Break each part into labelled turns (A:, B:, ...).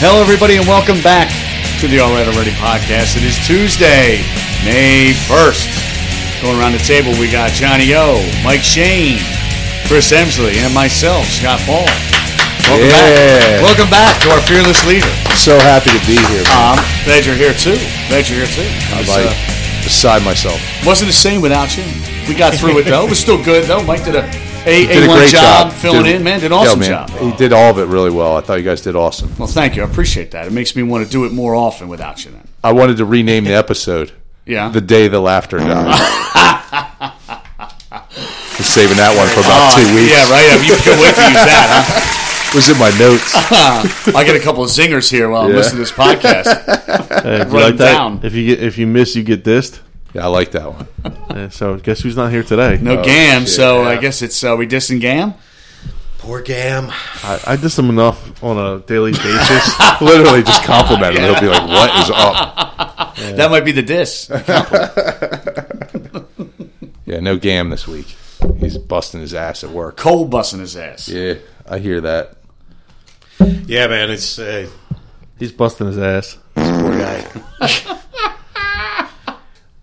A: Hello, everybody, and welcome back to the All Right Already podcast. It is Tuesday, May 1st. Going around the table, we got Johnny O, Mike Shane, Chris Emsley, and myself, Scott Paul. Welcome
B: Yeah.
A: back. Welcome back to our fearless leader.
B: So happy to be here. man.
A: Um, glad you're here, too. Glad you're here, too.
B: I'm
A: It's,
B: like
A: uh,
B: beside myself.
A: Wasn't the same without you. We got through it though. It was still good though. Mike did a a,
B: Did
A: a
B: a
A: one
B: great
A: job,
B: job.
A: filling
B: Did-
A: in. Man, did an
B: Yo,
A: awesome
B: man,
A: job.
B: He did all of it really well. I thought you guys did awesome.
A: Well, thank you. I appreciate that. It makes me want to do it more often without you. Then,
B: I wanted to rename the episode
A: yeah.
B: "The Day the Laughter Died." Was saving that one for about
A: Ah,
B: two weeks.
A: Yeah, right. I mean, you can wait to use that.
B: Was in my notes.
A: Huh? I get a couple of zingers here while I'm
B: Yeah.
A: listening to this podcast.
C: Hey, if
A: Write
C: you like
A: it
C: that,
A: down.
C: if you get if you miss, you get dissed.
B: Yeah, I like that one.
C: Uh, so guess who's not here today?
A: No gam,
B: Oh, shit,
A: so
B: yeah.
A: I guess it's uh, we dissing gam.
D: Poor Gam.
C: I, I diss him enough on a daily basis.
B: Literally, just compliment him. He'll be like, "What is up?"
A: That might be the diss.
B: Yeah, no Gam this week. He's busting his ass at work.
A: Cole busting his ass.
B: Yeah, I hear that.
D: Yeah, man, it's uh,
C: He's busting his ass.
D: poor guy.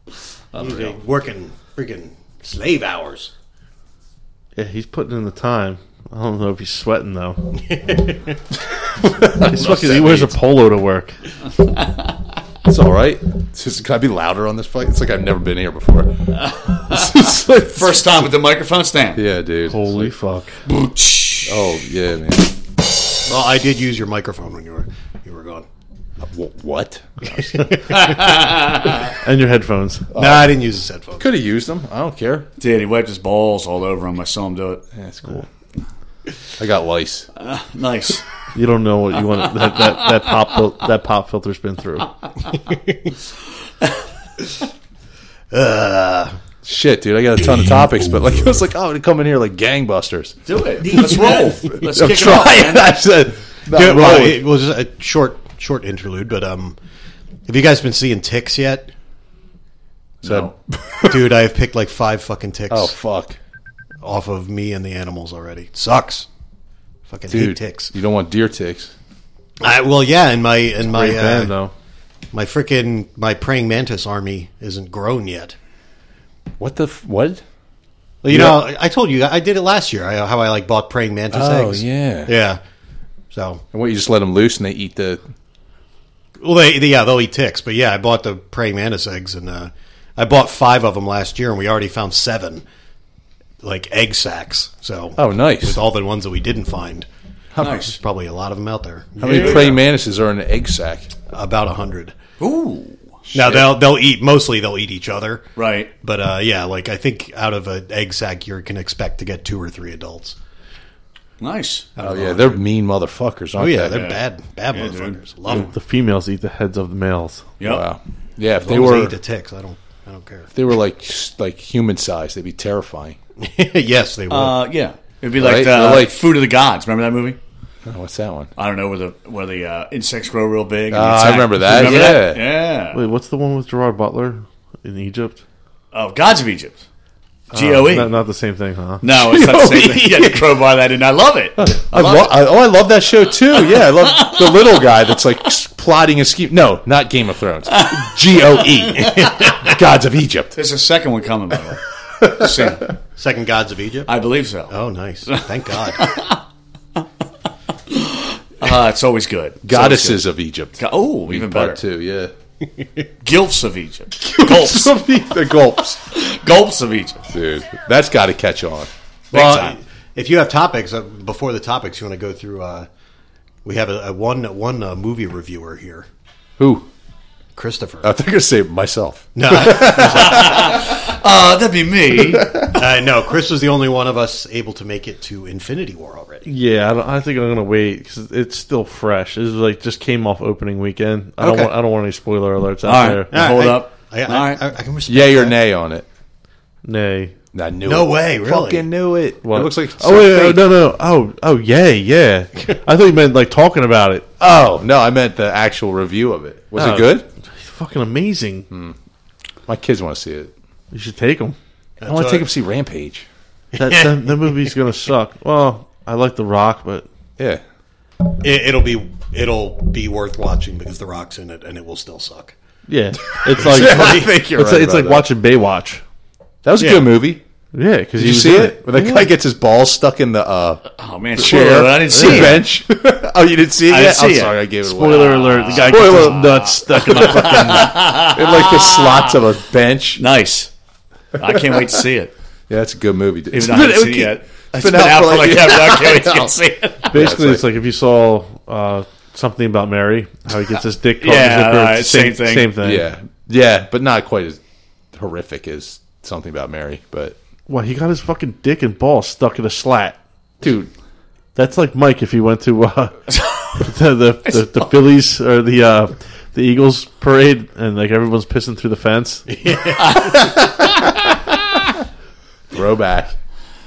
D: He's uh, working freaking slave hours.
C: Yeah, he's putting in the time. I don't know if he's sweating though. he's fucking, he wears a polo to work.
B: It's all right. It's just, can I be louder on this fight? It's like I've never been here before. It's just like-
A: First time with the microphone stand.
B: Yeah, dude.
C: Holy fuck!
A: Booch.
B: Oh yeah, man.
D: Well, I did use your microphone when you were you were gone.
B: Wh- What?
C: And your headphones.
D: No, nah, I didn't use his headphones.
B: Could have used them. I don't care.
A: Did he wiped his balls all over him? I saw him do it.
B: That's cool. I got lice.
A: Nice.
C: You don't know what you want. That that, that pop fil- that pop filter's been through.
B: Shit, dude. I got a ton of topics, but like it was like, oh, to come in here like gangbusters.
A: Do it. Let's roll. Let's
B: I'm
A: kick it off.
B: trying.
A: man.
B: I said, not
D: Yeah, well,
B: rolling.
D: it was a short short interlude, but um, have you guys been seeing ticks yet?
B: So-
D: Dude, I have picked like five fucking ticks
B: oh fuck,
D: off of me and the animals already. Sucks. Fucking hate
B: dude.
D: ticks.
B: You don't want deer ticks.
D: I, well, yeah, and my and my
C: Great band
D: uh,
C: though.
D: my freaking my praying mantis army isn't grown yet.
B: What the f- what?
D: Well, you
B: Yeah.
D: know, I I told you I did it last year. I, how I like bought praying mantis
B: Oh,
D: eggs.
B: yeah.
D: yeah. So,
B: And what? You just let them loose and they eat the.
D: well, they, they- yeah, they'll eat ticks, but yeah, I bought the praying mantis eggs, and uh, I bought five of them last year, and we already found seven, like egg sacks. So,
B: Oh, nice.
D: with all the ones that we didn't find,
A: Nice.
D: there's probably a lot of them out there.
B: How many praying mantises are in an egg sack?
D: About a hundred.
A: Ooh.
D: Now they'll they'll eat mostly they'll eat each other,
A: Right.
D: But uh, yeah, like I think out of an egg sack, you can expect to get two or three adults.
A: Nice.
B: Oh yeah, they're mean motherfuckers, aren't
D: Oh yeah,
B: they?
D: they're bad, bad
A: Yeah, dude.
D: motherfuckers. Love them.
C: The females eat the heads of the males.
A: Yep.
B: Wow. Yeah, if they
D: As long as
B: were
D: eat the ticks. I don't. I don't care.
B: they were like like human size, they'd be terrifying.
D: yes, they will.
A: Uh, yeah. It'd be like
B: Right?
A: the,
B: They're like-
A: Food of the Gods. Remember that movie?
B: Oh, what's that one?
A: I don't know where the where the uh, insects grow real big. and
B: Ah, I
A: attack-
B: remember that, yeah.
A: Yeah.
C: Wait, what's the one with Gerard Butler in Egypt?
A: Oh, Gods of Egypt. G
B: Oh,
A: O E.
C: Not, not the same thing, huh?
A: No, it's not the same thing.
B: E.
A: Yeah, crowbar that in. I love it.
B: I lo- I, oh, I love that show too. Yeah, I love the little guy that's like plotting a scheme. No, not Game of Thrones. G O E, Gods of Egypt.
A: There's a second one coming, by the way. Soon.
D: Second gods of Egypt.
A: I believe so.
D: oh, nice. Thank God.
A: Uh, it's always good. It's
B: Goddesses of Egypt.
A: always good. Oh, even better.
B: Part two, yeah.
A: Gilfs of Egypt. Gulps.
B: the gulps,
A: Gulps of Egypt.
B: dude. That's got to catch on.
A: Big
D: well,
A: time.
D: if you have topics uh, before the topics, you want to go through. Uh, we have a, a one one uh, movie reviewer here,
B: Who?
D: Christopher.
B: I think I say myself.
D: no, I-
A: Uh, that'd be me.
D: uh, no. Chris was the only one of us able to make it to Infinity War already.
C: Yeah, I, don't, I think I'm gonna wait because it's still fresh. This is like just came off opening weekend. I don't
D: Okay.
C: want I don't want any spoiler alerts out
A: All
C: there.
A: right. Hold
D: I,
A: up.
D: I, I,
A: All right.
D: I, I can respect
B: Yay or
D: that.
B: nay on it?
C: Nay.
B: I knew
D: No
B: it.
D: way, really?
B: Fucking knew it.
C: What?
B: It looks like.
C: oh wait, wait, no no oh oh yay yeah. I thought you meant like talking about it.
B: Oh no, I meant the actual review of it. Was it
C: Oh.
B: good?
C: It's fucking amazing.
B: Hmm. My kids want to see it.
C: You should take them.
B: I want
D: what
B: to take
D: I-
B: them to see Rampage.
C: That, that that movie's gonna suck. Well, I like The Rock, but
B: Yeah,
D: It, it'll be it'll be worth watching because The Rock's in it, and it will still suck.
C: Yeah, it's like
B: I think you're
C: it's,
B: right
C: it's
B: about
C: like
B: that.
C: watching Baywatch.
B: That was a good movie.
C: Yeah, because
B: Did you see it? Where the guy gets his balls stuck in the uh,
A: Oh man,
B: chair.
A: chair. I didn't see
B: the
A: it.
B: bench. oh, you didn't see it?
A: I
B: yet?
A: didn't see
B: I'm
A: it.
B: sorry, I gave it away.
C: Spoiler alert: the guy
B: Spoiler.
C: gets his nuts stuck in my fucking.
B: It like the slots of a bench.
A: Nice. I can't wait to see it.
B: Yeah, that's a good movie. dude.
A: Even though I haven't seen it yet. It's been, out for like, yeah, but I can't wait to see it.
C: Basically,
B: Yeah,
C: it's like if you saw uh, something about Mary, how he gets his dick. caught in
A: Yeah,
C: his zipper,
A: alright,
C: it's
A: same thing.
C: Same thing.
B: Yeah, yeah, but not quite as horrific as something about Mary. But
C: Well, he got his fucking dick and ball stuck in a slat, dude. That's like Mike if he went to uh, the, the, the the Phillies or the uh, the Eagles parade and like everyone's pissing through the fence.
B: throwback.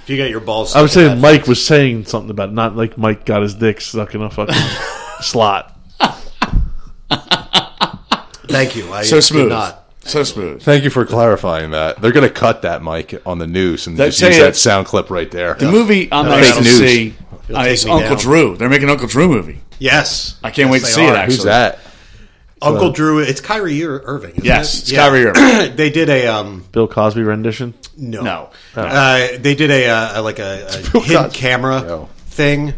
D: If you got your balls,
C: I was saying Mike was saying something about not like Mike got his dick stuck in a fucking slot.
D: thank you. I
A: So
D: did
A: smooth.
D: Not.
A: So smooth.
B: Thank you for clarifying that. They're going to cut that mic on the news and just
A: tell
B: use
A: you-
B: that sound clip right there.
A: The movie I'm not
B: Fake
A: going to
B: news.
A: see uh,
D: take
A: is
D: me
A: Uncle
D: down.
A: Drew. They're making an Uncle Drew movie.
D: Yes,
A: I can't
D: Yes,
A: wait to
D: they
A: see it,
D: are.
A: actually.
B: Who's that?
D: Uncle Drew. It's Kyrie Ir- Irving. isn't
A: Yes,
D: it?
A: it's Kyrie Irving.
D: they did a um,
C: Bill Cosby rendition.
D: no,
A: No.
D: Uh, they did a, uh, like a, a hidden
B: Cosby.
D: camera
B: No.
D: thing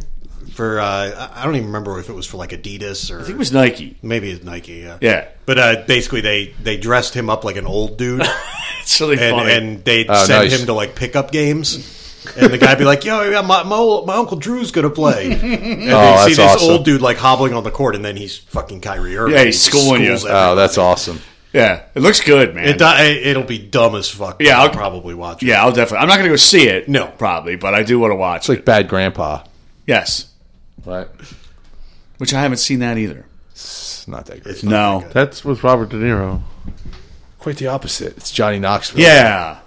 D: for. Uh, I- I don't even remember if it was for like Adidas or
A: It was Nike.
D: maybe it's Nike. Yeah,
A: Yeah.
D: But uh, basically, they they dressed him up like an old dude.
A: It's really
D: and,
A: funny.
D: and they'd
B: Oh,
D: send
B: nice.
D: him to like pickup games. And the guy'd be like, "Yo, yeah, my my, old, my uncle Drew's gonna play." And
B: Oh,
D: they'd
B: that's
D: see this
B: awesome.
D: old dude like hobbling on the court, and then he's fucking Kyrie Irving.
A: Yeah, he's schooling you.
D: Schools
B: Oh,
D: everyone.
B: that's awesome.
A: yeah, it looks good, man.
D: it, di- it'll be dumb as fuck. but
A: Yeah,
D: I'll
A: I'll-
D: probably watch it.
A: yeah, I'll definitely. I'm not going to go see it.
D: No.
A: probably, but I do want to watch.
B: It's like Bad Grandpa.
A: yes,
B: Right.
A: which I haven't seen that either.
B: It's not that great.
D: It's not
A: No.
C: That's with Robert De Niro.
B: Quite the opposite. It's Johnny Knoxville.
A: Yeah.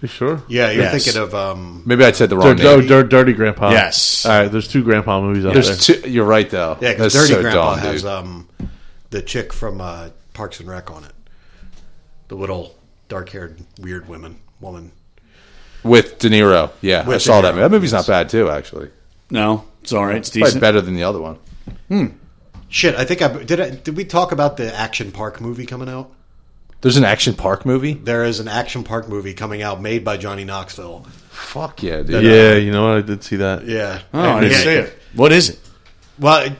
C: You sure?
D: Yeah, you're
A: Yes.
D: thinking of um.
B: Maybe I said the
C: Dir-
B: wrong
C: no,
B: name.
C: Dir- oh, Dirty Grandpa.
A: Yes.
C: All right. There's two Grandpa movies out there.
B: There's two, you're right, though.
D: Yeah, because
B: That's
D: Dirty
B: so
D: Grandpa
B: dumb,
D: has
B: dude.
D: um the chick from uh, Parks and Rec on it. The little dark-haired weird woman woman.
B: With De Niro. Yeah, I
D: With
B: saw
D: De
B: that
D: Niro,
B: movie. That movie's not bad, too, actually.
A: No, it's all right. It's
B: Probably
A: decent.
B: better than the other one.
D: Shit, I think I did. I, did we talk about the Action Park movie coming out?
B: There's an Action Park movie?
D: there is an action park movie coming out made by Johnny Knoxville.
B: Fuck yeah, dude.
C: yeah, you know what? I did see that.
D: Yeah.
A: Oh, I didn't
D: Yeah.
A: see it. What is it?
D: Well, it-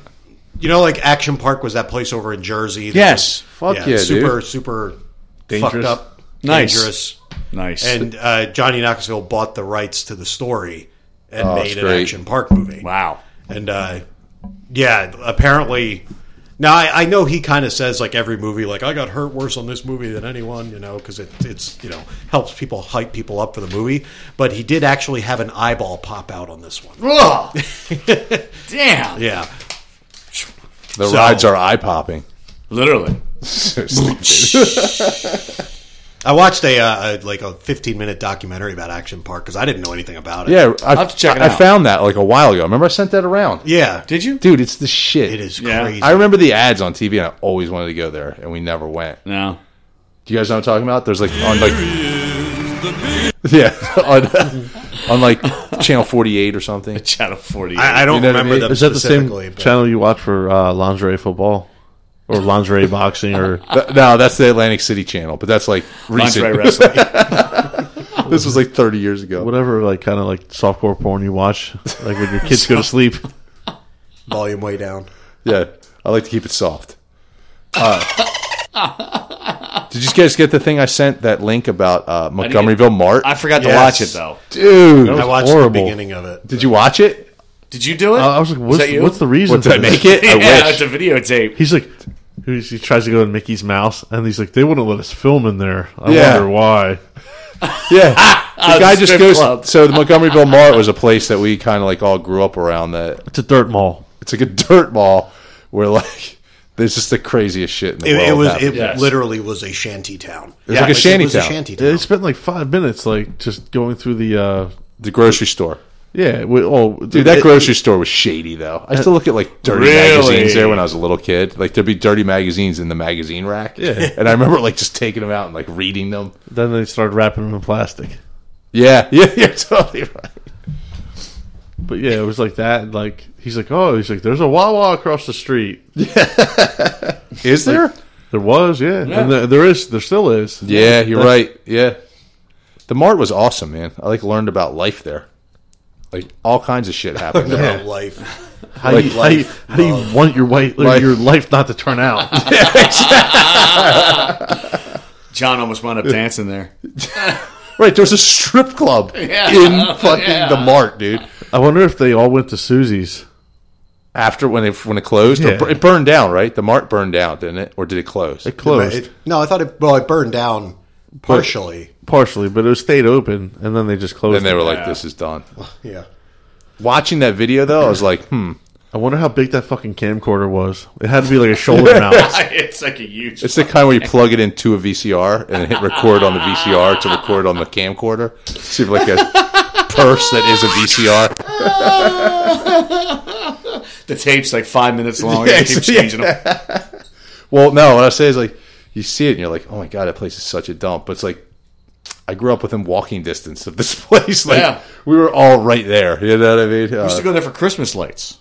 D: you know, like Action Park was that place over in Jersey. that
A: Yes.
D: was-
B: Fuck yeah, dude.
D: super, super
C: Dangerous.
D: fucked up,
A: Nice.
D: dangerous.
A: Nice.
D: And uh, Johnny Knoxville bought the rights to the story and
B: Oh,
D: made
B: it's
D: an
B: great.
D: Action Park movie.
A: wow.
D: And uh, yeah, apparently. Now I, I know he kind of says like every movie, like I got hurt worse on this movie than anyone, you know, because it, it's you know helps people hype people up for the movie. But he did actually have an eyeball pop out on this one.
A: Ugh. Damn.
D: Yeah,
B: The
D: So-
B: rides are eye popping.
A: Literally.
D: I watched a, uh, a like a 15 minute documentary about Action Park because I didn't know anything about it.
B: Yeah, I,
A: have to check it
B: I,
A: out.
B: found that like a while ago. Remember, I sent that around.
D: yeah,
A: Did you?
B: Dude, it's the shit.
D: it is
A: Yeah.
D: crazy.
B: I remember the ads on TV, and I always wanted to go there, and we never went.
A: No.
B: Do you guys know what I'm talking about? There's like on like yeah on, on like channel 48 or something.
A: Channel 40.
D: I, I don't
B: You know what I
D: remember
B: mean?
D: them
C: Is that the same
D: specifically, but-
C: channel you watch for uh, lingerie football or lingerie boxing or?
B: Th- No, that's the Atlantic City channel, but that's like
A: Lingerie
B: recent.
A: wrestling.
B: this was like 30 years ago.
C: Whatever, like kind of like softcore porn you watch, like when your kids go to sleep.
D: volume way down?
B: Yeah, I like to keep it soft. Uh, did you guys get the thing I sent that link about uh, Montgomeryville Mart?
A: I forgot to
D: Yes.
A: watch it, though.
B: Dude,
D: I watched
C: horrible.
D: the beginning of it.
B: did you watch it?
A: Did you do it?
C: I was like,
A: Is
C: "What's,
A: that you?
C: what's the reason?"
B: Did I
C: this?
B: make it? I
A: yeah, it's
B: wish.
A: a videotape.
C: He's like, he's, he tries to go in Mickey's mouse, and he's like, "They wouldn't let us film in there." I
B: Yeah.
C: wonder why.
B: Yeah. the guy
A: Ah, the
B: just
A: strip
B: goes.
A: club.
B: So the Montgomeryville Mart was a place that we kind of like all grew up around. That
C: It's a dirt mall.
B: it's like a dirt mall where like there's just the craziest shit in the
D: It,
B: world.
D: it was
B: happening.
D: it
A: Yes.
D: literally was a shanty town. It was
B: like a shanty
D: was
B: town.
D: shanty
C: They spent like five minutes, like just going through the. uh
B: the grocery store.
C: Yeah, we, oh,
B: Dude, that grocery store was shady though. I used to look at like dirty
A: Really?
B: magazines there when I was a little kid. Like there'd be dirty magazines in the magazine rack.
C: Yeah.
B: And I remember like just taking them out and like reading them.
C: Then they started wrapping them in plastic.
B: Yeah, yeah, you're totally right.
C: But yeah, it was like that. And like he's like, oh, he's like, there's a Wawa across the street.
B: Is there?
C: There was, yeah,
A: Yeah.
C: and there, there is, there still is.
B: yeah, you're right. Yeah. The Mart was awesome, man. I like learned about life there. Like all kinds of shit happened there.
D: About life.
C: How,
B: Like
C: you, how, you,
D: life,
C: how do you
D: love.
C: want your white
B: Life.
C: your life not to turn out?
A: John almost wound up dancing there.
B: Right, there was a strip club
A: Yeah.
B: in fucking
A: Yeah.
B: the Mart, dude.
C: I wonder if they all went to Susie's.
B: After when it when it closed, or
C: Yeah.
B: bur- it burned down, right? The Mart burned down, didn't it, or did it close?
C: It closed
D: It- no, I thought it. Well, it burned down partially.
C: partially, but it stayed open, and then they just closed.
B: and they
C: it.
B: were
A: Yeah.
B: like, "This is done."
D: yeah.
B: Watching that video though, I was like, "Hmm,
C: I wonder how big that fucking camcorder was. It had to be like a shoulder mount.
A: it's like a huge.
B: It's the kind where you plug it into a VCR and hit record on the VCR to record on the camcorder. See if like a purse that is a VCR.
A: the tape's like five minutes long. Yeah,
B: Yes,
A: keep changing them.
B: Well, no, what I say is like you see it and you're like, oh my god, that place is such a dump. But it's like I grew up within walking distance of this place. Like
A: Yeah.
B: we were all right there. You know what I mean?
A: I
B: Uh,
A: used to go there for Christmas lights.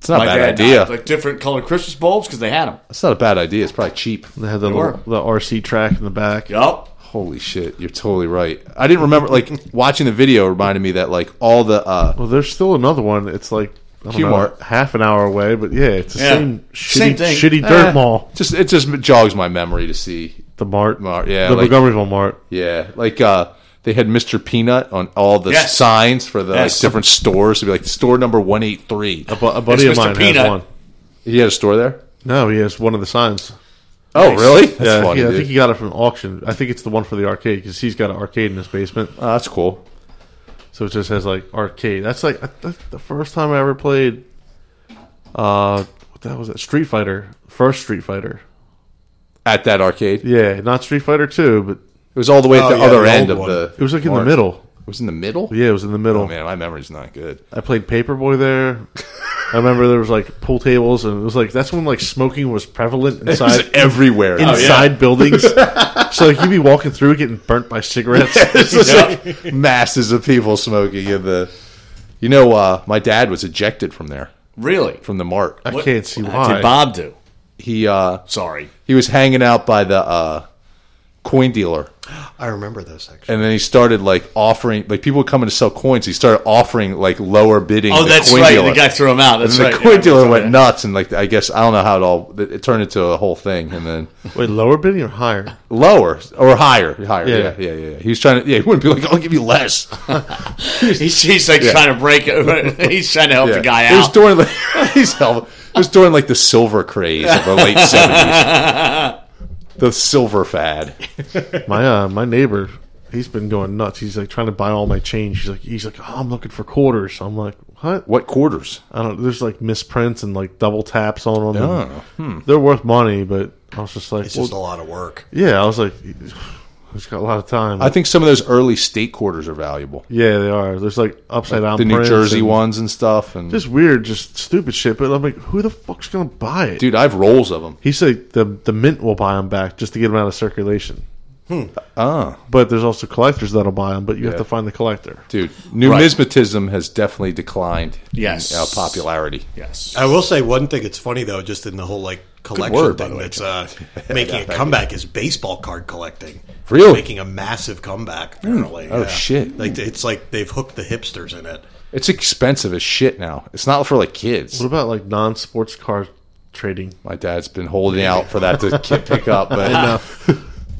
B: it's not a
A: Like
B: bad
A: they had,
B: idea.
A: Like different colored Christmas bulbs because they had them.
B: it's not a bad idea. It's probably cheap.
C: They had the,
A: were.
C: little, the RC track in the back.
A: Yup.
B: Holy shit, you're totally right. I didn't remember like watching the video reminded me that like all the uh,
C: Well, there's still another one. It's like I don't know,
B: Q-Mart.
C: half an hour away, but yeah, it's the
A: Yeah.
C: same, shitty,
A: Same thing.
C: shitty dirt
B: Eh,
C: mall.
B: Just it just jogs my memory to see
C: The Mart,
B: Mart, yeah,
C: the
B: like-
C: Montgomeryville Mart.
B: Yeah, like uh, they had Mr. Peanut on all the
A: Yes.
B: signs for the
A: Yes.
B: like, different stores. It'd be like store number one eight three.
C: A, bu- a buddy
A: It's
C: of
A: Mr.
C: mine
A: Peanut.
C: has one.
B: He had a store there.
C: No, he has one of the signs.
B: Oh, really? That's
C: yeah,
B: funny.
C: yeah, I
B: dude.
C: think he got it from an auction. I think it's the one for the arcade because he's got an arcade in his basement,
B: oh, that's cool.
C: so it just has like arcade. That's like that's the first time I ever played. Uh, what the hell was that? Street Fighter, first Street Fighter.
B: At that arcade,
C: Yeah, not Street Fighter Two, but
B: it was all the way at
D: Oh,
B: the
D: yeah,
B: other
D: the
B: end
D: old
B: of
D: one.
B: the.
C: it was like in
B: Mart.
C: the middle.
B: It was in the middle.
C: Yeah, it was in the middle.
B: Oh man, my memory's not good.
C: I played Paperboy there. I remember there was like pool tables, and it was like that's when like smoking was prevalent
B: It was Oh,
C: inside
B: everywhere.
A: Oh,
B: dude.
C: inside buildings. so like you'd be walking through, getting burnt by cigarettes.
B: It's just like masses of people smoking in the. You know, uh, my dad was ejected from there,
A: Really?
B: from the mart.
C: I can't see
A: What did
C: why.
A: Bob do?
B: He uh,
A: Sorry.
B: he was hanging out by the uh, coin dealer.
D: I remember this actually.
B: and then he started like offering like people coming to sell coins. He started offering like lower bidding.
A: Oh,
B: the
A: that's
B: coin
A: right.
B: Dealer.
A: The guy threw him out.
B: and
A: That's
B: the
A: right.
B: coin
A: yeah.
B: dealer went nuts, and like I guess I don't know how it all it, it turned into a whole thing, and then
C: Wait, lower bidding or higher?
B: lower or higher, higher,
C: Yeah.
B: yeah, yeah, yeah. yeah. He was trying to, yeah, he wouldn't be like, I'll give you less.
A: He's, he's like trying to break. He's trying to help
B: Yeah.
A: the guy
B: It was
A: out.
B: during like he's hell, it was during like the silver craze of the late seventies, the silver fad.
C: My uh, my neighbor, he's been going nuts. He's like trying to buy all my change. He's like he's like, oh, I'm looking for quarters. I'm like, what?
B: What quarters?
C: I don't. There's like misprints and like double taps on them.
B: Oh,
C: They're worth money, but I was just like,
D: It's
C: well,
D: just a lot of work.
C: yeah. I was like, he's got a lot of time.
B: I think some of those early state quarters are valuable.
C: Yeah, they are. There's like upside down
B: The New
C: prints
B: Jersey
C: and
B: ones and stuff, and
C: Just weird, just stupid shit. But I'm like, who the fuck's gonna buy it?
B: dude, I have rolls of them.
C: He said the the mint will buy them back just to get them out of circulation.
B: Ah,
C: But there's also collectors that'll buy them, but you
B: Yeah.
C: have to find the collector.
B: dude, numismatism has definitely declined.
A: Yes.
B: in, uh, popularity.
A: Yes.
D: I will say one thing that's funny though, just in the whole like collection
B: word, by
D: thing
B: the way,
D: that's uh, making a comeback is baseball card collecting.
B: Really?
D: making a massive comeback apparently.
B: Oh,
D: yeah.
B: shit.
D: Like it's like they've hooked the hipsters in it.
B: It's expensive as shit now. It's not for like kids.
C: What about like non sports car trading?
B: My dad's been holding out for that to ki- pick up, but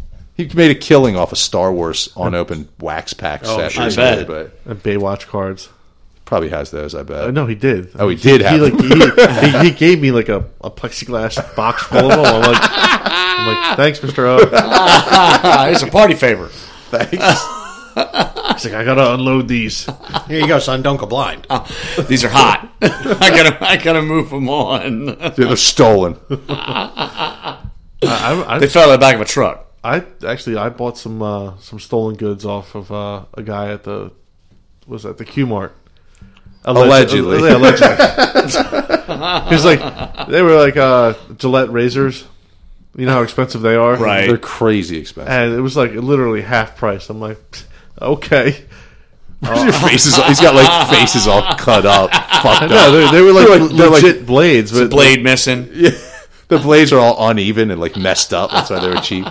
B: he made a killing off of Star Wars on open wax pack
D: Oh,
B: set
D: I
B: recently,
A: bet.
B: but
C: And Baywatch cards.
B: probably has those. I bet.
C: Uh, No, he did.
B: Oh, he did have
C: He like
B: them.
C: he, he, he gave me like a, a plexiglass box full of them. I'm like, I'm like, thanks, Mister O.
A: Ah, it's a party favor.
C: He's like, I gotta unload these.
D: Here you go, son. Don't go blind.
A: These are hot. I gotta, I gotta move them on.
B: Dude, they're stolen.
C: I, I,
A: They fell out of the back of a truck.
C: I actually I bought some uh, some stolen goods off of uh, a guy at the was that the Q Mart
B: Allegedly.
C: Yeah, allegedly. He's like they were like uh, Gillette razors. You know how expensive they are,
A: Right.
B: They're crazy expensive.
C: And it was like literally half price. I'm like, okay.
B: His face is, he's got like faces all cut up, fucked
C: No,
B: up.
C: they, they were like,
B: They're like-
C: legit
B: they're like-
C: blades, but
A: Blade missing.
B: The blades are all uneven and like messed up. That's why they were cheap.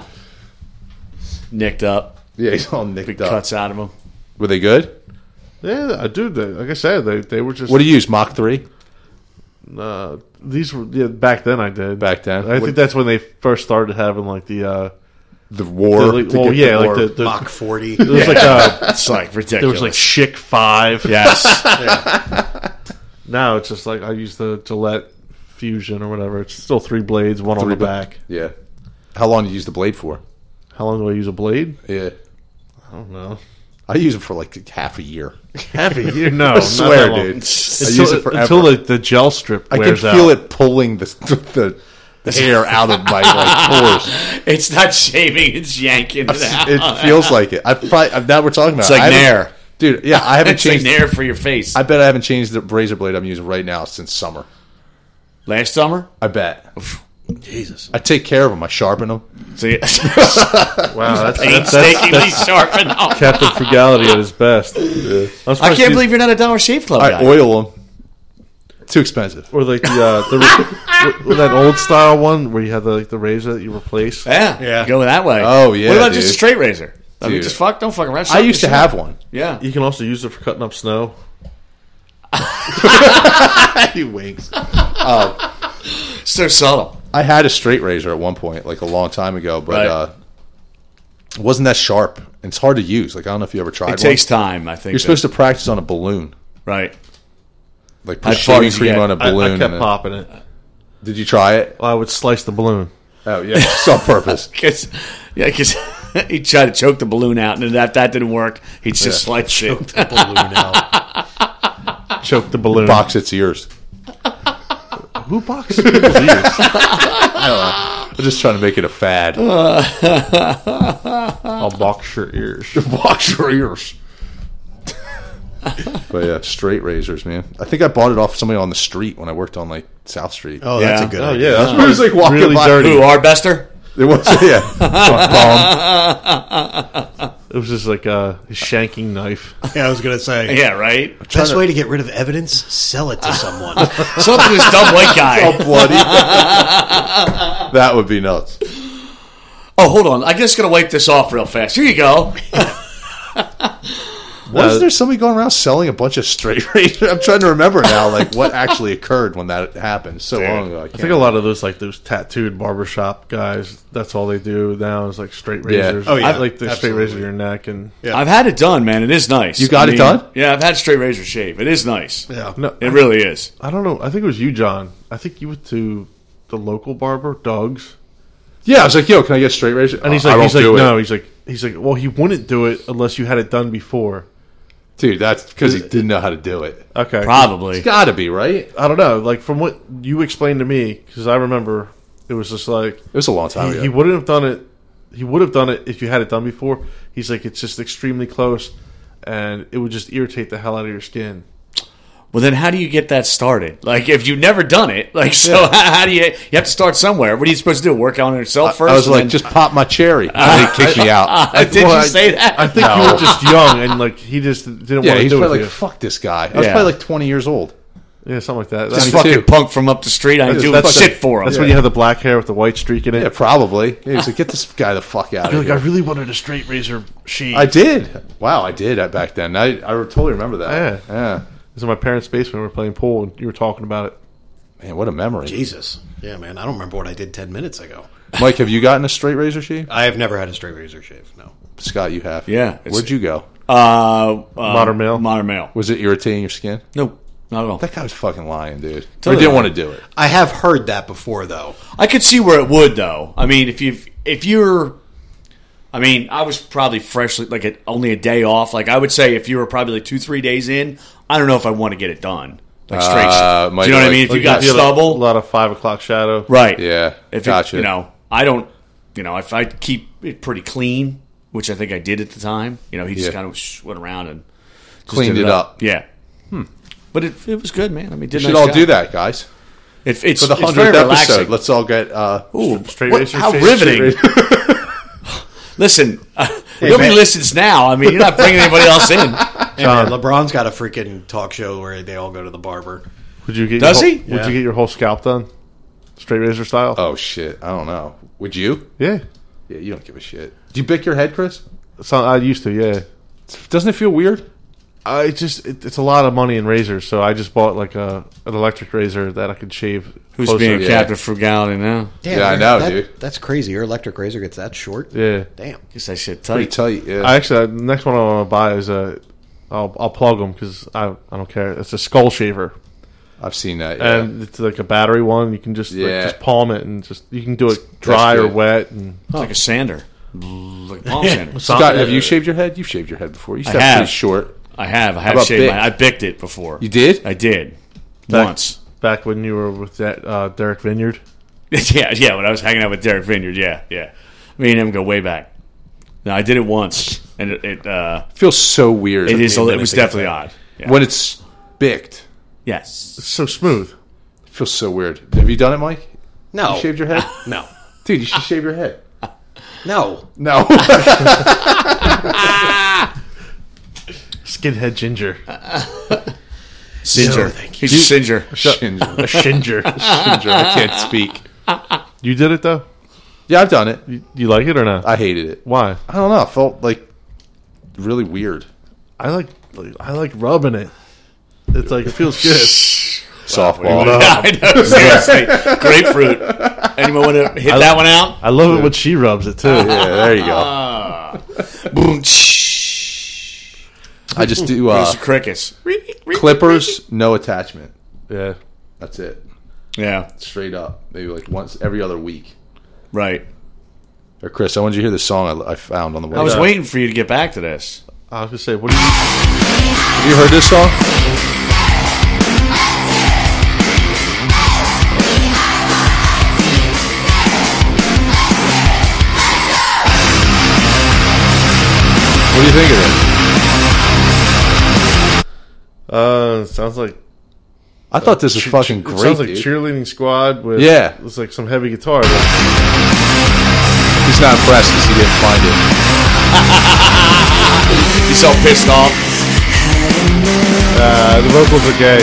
A: Nicked up.
B: Yeah, he's all nicked up.
A: Cuts out of him.
B: Were they good?
C: yeah, uh, dude. They, like I said, they, they were just
B: What do you use? Mach three.
C: uh, these were yeah, back then. I did
B: Back then?
C: I
B: What-
C: think that's when they first started having like the uh,
B: The
C: the,
B: war.
C: like,
B: to
C: well,
B: get
C: yeah,
B: the
C: like
B: war.
C: the, the
D: Mach 40.
C: there was like uh
A: That's like ridiculous.
C: there was like Chick Five.
A: yes.
C: Now it's just like I use the Gillette Fusion or whatever. It's still three blades, one on
B: Three
C: the
B: bla-
C: back.
B: yeah. How long do you use the blade for?
C: How long do I use a blade?
B: Yeah,
C: I don't know.
B: I use it for like half a year.
C: Half a year? No,
B: I
C: not
B: swear,
C: that long.
B: dude. I
C: Until,
B: use it forever.
C: until the, the gel strip
B: I can
C: wears
B: feel
C: out.
B: it pulling the the, the hair out of my like pores.
A: it's not shaving. It's yanking it out.
B: It feels like it. I probably I've- now we're talking about.
A: like
B: it. I haven't-
A: Nair.
B: dude. Yeah, I haven't
A: it's like
B: changed.
A: there for your face.
B: I bet I haven't changed the razor blade I'm using right now since summer.
A: Last summer.
B: I bet.
D: Jesus.
B: I take care of them. I sharpen them.
A: See,
C: Wow, that's, that's, that's
A: painstakingly sharpened up.
C: Captain Frugality at his best. I'm surprised
A: I can't
C: these-
A: believe you're not a Dollar Shave Club
B: I
A: guy.
B: oil them. Too expensive.
C: Or like the, uh, the or- or that old style one where you have the, like the razor that you replace.
A: yeah,
D: Yeah.
A: Go that way.
B: Oh, yeah,
A: What about
B: dude.
A: just a straight razor? I mean,
B: Dude.
A: just fuck. Don't fuck around.
B: I
A: Shut
B: used to
A: your shit.
B: have one.
A: Yeah.
C: You can also use it for cutting up snow.
B: he winks.
A: So subtle.
B: I had a straight razor at one point, like a long time ago, but
A: Right.
B: uh, it wasn't that sharp. And it's hard to use. Like I don't know if you ever tried.
A: It
B: one.
A: takes time. I think.
B: You're supposed to practice on a balloon.
A: right.
B: Like put
A: I thought
B: shaving
A: you
B: cream
A: get-
B: on a
C: I, I
B: balloon.
C: kept
B: and then-
C: popping it.
B: Did you try it?
C: Well, I would slice the balloon.
B: Oh yeah, it's on purpose.
A: Because yeah, because he tried to choke the balloon out, and if that didn't work, he'd just like choked.
D: Balloon out.
C: Choke the balloon.
B: Box its ears.
C: Who box? people's ears?
B: I'm just trying to make it a fad.
C: I'll box your ears.
B: Box your ears. but yeah, straight razors, man. I think I bought it off somebody on the street when I worked on like South Street.
D: Oh, that's
A: Yeah.
D: a good
C: Oh
D: idea.
C: yeah, that's
B: I was like walking
C: really
B: by.
C: dirty.
A: Who our bester?
B: It was yeah. Fuck
C: It was just like a shanking knife.
D: Yeah, I was going to say.
A: Yeah, right.
D: Best way to get rid of evidence, sell it to someone.
A: Something this dumb white guy.
B: bomb. Oh, bloody. that would be nuts.
A: Oh, hold on. I'm just gonna wipe this off real fast. Here you go.
B: Why is there somebody going around selling a bunch of straight razors? I'm trying to remember now, like what actually occurred when that happened so long ago. I
C: I
B: can't.
C: think a lot of those like those tattooed barbershop guys. That's all they do now is like straight
B: Yeah.
C: razors.
D: Oh, yeah.
C: I like the straight
D: Absolutely.
C: razor to your neck and
D: Yeah.
A: I've had it done, man. It is nice. You
B: got it done?
A: Yeah, I've had straight razor shave. It is nice.
D: yeah.
C: no,
A: It really is.
C: I don't know. I think it was you, John. I think you went to the local barber, Doug's,
B: yeah, I was like, "Yo, can I get a straight razor?"
C: and he's like, he's like, no, he's like, he's like, well, he wouldn't do it unless you had it done before.
B: dude, that's because he didn't know how to do it.
C: Okay,
A: Probably.
B: Got to be right. It
C: I don't know. Like from what you explained to me, because I remember it was just like
B: was a long time
C: he,
B: ago.
C: he wouldn't have done it. He would have done it if you had it done before. He's like, it's just extremely close, and it would just irritate the hell out of your skin.
A: Well, then how do you get that started? Like, if you've never done it, like, so how, how do you? You have to start somewhere. What are you supposed to do? Work on it yourself first.
B: I was
A: and
B: like,
A: then-
B: just pop my cherry. And he kicked me out.
A: Did you
C: Well, I-
A: say that?
C: I think you were just young, and like he just didn't
B: Yeah,
C: want to
B: he's
C: do it.
B: probably
C: to
B: like,
C: you.
B: fuck this guy. I was
A: Yeah.
B: probably like 20 years old.
C: yeah, something like that.
A: This
C: That's,
B: fuck-
A: fucking
B: too.
A: punk from up the street. I ain't doing
C: that's-
A: shit for him.
C: that's when you have the black hair with the white streak in it.
B: Yeah, probably. Yeah, he's like, get this guy the fuck out
C: You're
B: of
C: like, I
B: here.
C: really wanted a straight razor sheet.
B: I did. Wow, I did at- back then. I, I totally remember that.
C: Yeah.
B: Yeah.
C: This is my parents' basement. We were playing pool, and you were talking about it.
B: Man, what a memory.
D: Jesus. Yeah, man. I don't remember what I did 10 minutes ago.
B: Mike, have you gotten a straight razor shave?
D: I have never had a straight razor shave. No.
B: Scott, you have.
A: Yeah, it's-
B: Where'd you go?
A: Uh, uh,
C: Modern male.
A: Modern male.
B: Was it irritating your skin?
A: No, not at all.
B: That guy was fucking lying, dude.
A: Totally
B: I didn't
A: lying.
B: want to do it.
D: I have heard that before, though.
A: I could see where it would though. I mean, if you if you're, I mean, I was probably freshly like a, only a day off. Like I would say, if you were probably like two three days in, I don't know if I want to get it done. Like straight.
B: Uh,
A: Do you know what I mean? If
B: like-
A: you got
C: You had a-
A: stubble,
C: a lot of five o'clock shadow.
A: right?
B: Yeah.
A: If
B: gotcha.
A: it, you know, I don't. You know, if I keep it pretty clean, which I think I did at the time. You know, he just
B: Yeah.
A: kind of went around and just
B: Cleaned
A: did
B: it up.
A: Yeah. But it, it was good, man. I mean, it did
B: Hmm. should
A: nice
B: all
A: job.
B: do that, guys.
A: It, it's
B: For the
A: it's
B: 100th
A: very
B: episode,
A: relaxing.
B: let's all get uh,
A: Ooh,
C: Straight
A: what-
C: razor
A: how
C: shave,
A: riveting! Listen, uh, nobody listens now. I mean, you're not bringing anybody else in.
D: Hey, man, LeBron's got a freaking talk show where they all go to the barber.
C: Would you get
A: Does
C: your
A: he?
C: Whole,
D: Yeah.
C: Would you get your whole scalp done, straight razor style?
B: Oh shit! I don't know. Would you?
C: Yeah,
B: Yeah, you don't give a shit. Do you bick your head, Chris?
C: so I used to. Yeah,
B: Doesn't it feel weird?
C: I just it, it's a lot of money in razors, so I just bought like a an electric razor that I could shave.
A: Who's
C: closer.
A: being
B: yeah.
A: captain for Galley now?
D: Damn,
B: Yeah, I
D: man,
B: know,
D: that-
B: dude.
D: That's crazy. Your electric razor gets that short.
C: Yeah,
D: Damn.
A: Guess I should
B: Pretty
A: tight.
B: tight. Yeah.
C: I actually uh, the next one I want to buy is a. I'll I'll plug them because I I don't care. It's a skull shaver.
B: I've seen that. Yeah.
A: um,
C: and it's like a battery one. You can just
B: Yeah.
C: like, just palm it and just you can do it dry or
B: good.
C: wet. And
A: It's like a sander, like a palm sander.
B: Scott, have you shaved your head? You've shaved your head before. You used to
A: I
B: have
A: have.
B: pretty short.
A: I have. I have
B: about
A: shaved
B: Bic?
A: my. I bicked it before.
B: You did?
A: I did
C: Back-
A: once.
C: back when you were with that uh, Derek Vineyard?
A: yeah, yeah. When I was hanging out with Derek Vineyard, yeah, yeah. Me and him go way back. No, I did it once, and it it, uh,
B: feels so weird.
A: it is.
B: I
A: a-
B: mean,
A: It was definitely odd. Yeah.
B: when it's bicked.
A: Yes.
C: So smooth.
B: It feels so weird. Have you done it, Mike?
D: No.
B: You shaved your head,
D: no.
B: dude. You should shave your head.
D: No.
B: No.
C: Skinhead ginger,
A: Singer. He's a singer.
B: Ginger.
C: a
B: Ginger.
C: ginger.
B: I can't speak.
C: you did it though.
B: Yeah, I've done it.
C: You, you like it or not?
B: I hated it.
C: Why?
B: I don't know. I felt like really weird.
C: I like, like I like rubbing it. It's like it feels good. Oh,
B: Softball.
A: I know, seriously. Grapefruit. Anyone want to hit that one out?
C: I love it when she rubs it too.
B: Yeah, there you go.
A: Boom. shh.
B: I just do uh,
A: Those are crickets.
B: clippers, no attachment.
C: Yeah.
B: That's it.
A: Yeah,
B: Straight up. Maybe like once every other week.
A: right.
B: Or Chris, I wanted you to hear the song I, I found on the way.
A: I was waiting for you to get back to this.
C: I was gonna say, what do you?
B: Have you heard this song? What do you think of it?
C: Uh, sounds like
B: I thought this was fucking great.
C: sounds like
B: dude.
C: cheerleading squad with
B: Yeah.
C: It's like some heavy guitar. Uh,
B: He's not impressed because he didn't find it.
A: He's all pissed off.
C: Uh, the vocals are gay.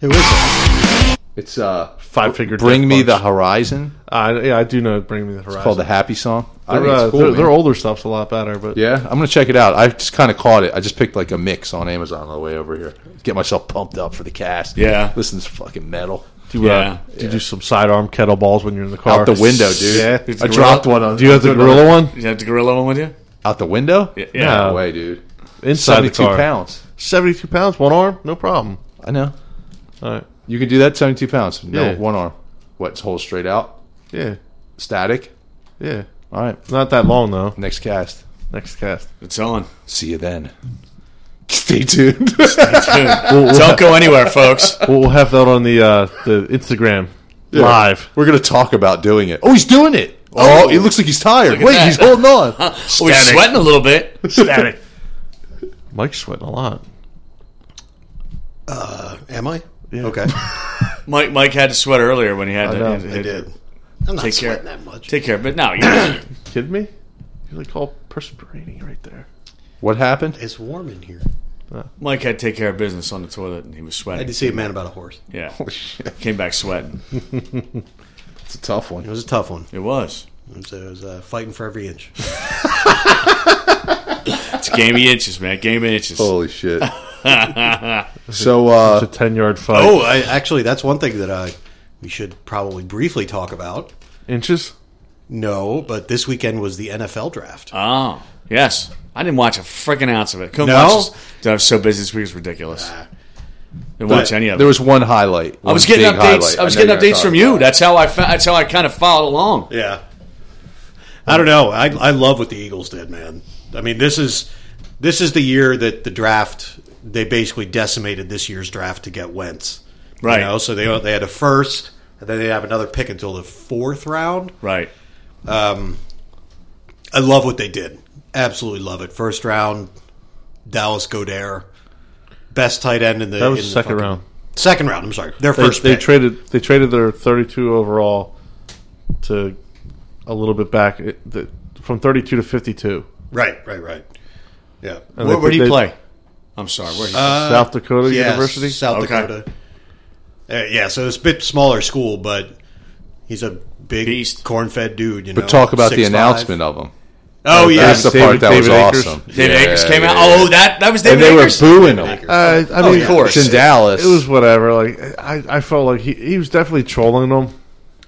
D: Who is it?
B: It's uh,
C: Five figure.
B: "Bring
C: Death
B: Me
C: Punch.
B: the Horizon."
C: I yeah, I do know Bring Me the Horizon.
B: Called the Happy Song. I
C: Their,
B: think it's
C: uh,
B: cool,
C: their,
B: man.
C: their older stuff's a lot better, but
B: Yeah, I'm gonna check it out. I just kind of caught it. I just picked like a mix on Amazon on the way over here. Get myself pumped up for the cast.
A: Yeah.
B: listen to this fucking metal.
C: do you,
A: Yeah.
C: uh, do you do some sidearm kettlebells when you're in the car?
B: Out the window, dude.
C: Yeah.
A: It's
B: I
A: gorilla-
B: dropped one on.
C: Do you have the gorilla one
A: You have the gorilla one with you?
B: out the window?
A: Yeah.
C: Yeah.
B: No way, dude.
C: inside the
B: Seventy-two
C: car?
B: pounds.
C: Seventy-two pounds, one arm, no problem.
B: I know.
C: All right,
B: You can do that. Seventy-two pounds. No,
C: Yeah.
B: one arm. What's hold straight out?
C: yeah,
B: Static.
C: yeah.
B: All right.
C: Not that long though.
B: Next cast.
C: Next cast.
A: It's on.
B: See you then. Stay tuned.
A: Don't go anywhere, folks.
C: We'll, we'll have that on the uh, the Instagram live.
B: We're gonna talk about doing it. Oh, he's doing it. Oh, he looks like he's tired.
A: at
B: Wait,
A: that.
B: he's holding on.
A: We're
C: Static.
A: sweating a little bit.
C: Static. Mike's sweating a lot.
D: Am I? Okay.
A: Mike Mike had to sweat earlier when he had
C: know,
A: to. hit-
C: I
D: Dude. I'm not
A: Take care.
D: sweating that much.
A: Take care, but no, you're,
C: Kidding me? You're like all perspiring right there.
B: What happened?
D: It's warm in here.
A: Mike had to take care of business on the toilet, and he was
D: I had
A: sweating.
D: to see a man about a horse.
A: Yeah,
B: It's
A: came back sweating.
B: a tough one.
D: It was a tough one.
A: It was.
D: It was, it was uh, fighting for every inch.
A: It's a game of inches, man. Game of inches.
B: Holy shit. so uh
C: It's a ten-yard fight.
D: Oh, I, actually, that's one thing that uh, we should probably briefly talk about.
C: Inches.
D: No, but this weekend was the NFL draft.
A: Oh yes, I didn't watch a freaking ounce of it. Couldn't
D: No?
A: watch this. Dude, I was so busy this week; it's ridiculous. Didn't watch any of it.
B: there was one highlight.
A: I was getting updates. I was getting updates from you. That's how I. Fa- that's how I kind of followed along.
D: Yeah. I don't know. I, I love what the Eagles did, man. I mean, this is this is the year that the draft they basically decimated this year's draft to get Wentz.
A: Right.
D: You know, so they they had a first, and then they have another pick until the fourth round.
A: Right.
D: Um, I love what they did. Absolutely love it. First round, Dallas Godare, best tight end in the
C: That was
D: in the
C: second
D: fucking-
C: round.
D: Second round. I'm sorry, their
C: They,
D: first.
C: they
D: pick.
C: traded they traded their 32 overall to a little bit back it, the, from 32 to 52.
D: Right, right, right. Yeah.
A: Where,
C: And they-
A: where do you
C: they-
A: play? I'm sorry. Where do you play?
C: South Dakota
D: Yes,
C: University.
D: South
A: Okay.
D: Dakota. Uh, yeah, so it's a bit smaller school, but he's a big
A: Beast.
D: corn-fed dude. You know,
B: But talk about the
D: 6'5".
B: announcement of them.
D: Oh yeah,
B: That's the
C: David-
B: part that was
C: David Akers.
B: awesome.
A: David
B: Yeah,
A: Akers came
B: yeah,
A: out.
B: yeah.
A: Oh, that that was
B: and
A: David
B: they were
A: Akers.
B: booing him.
C: Uh, I mean,
A: of
B: It's
A: course.
B: in Dallas.
C: It was whatever. Like I, I felt like he, he was definitely trolling them,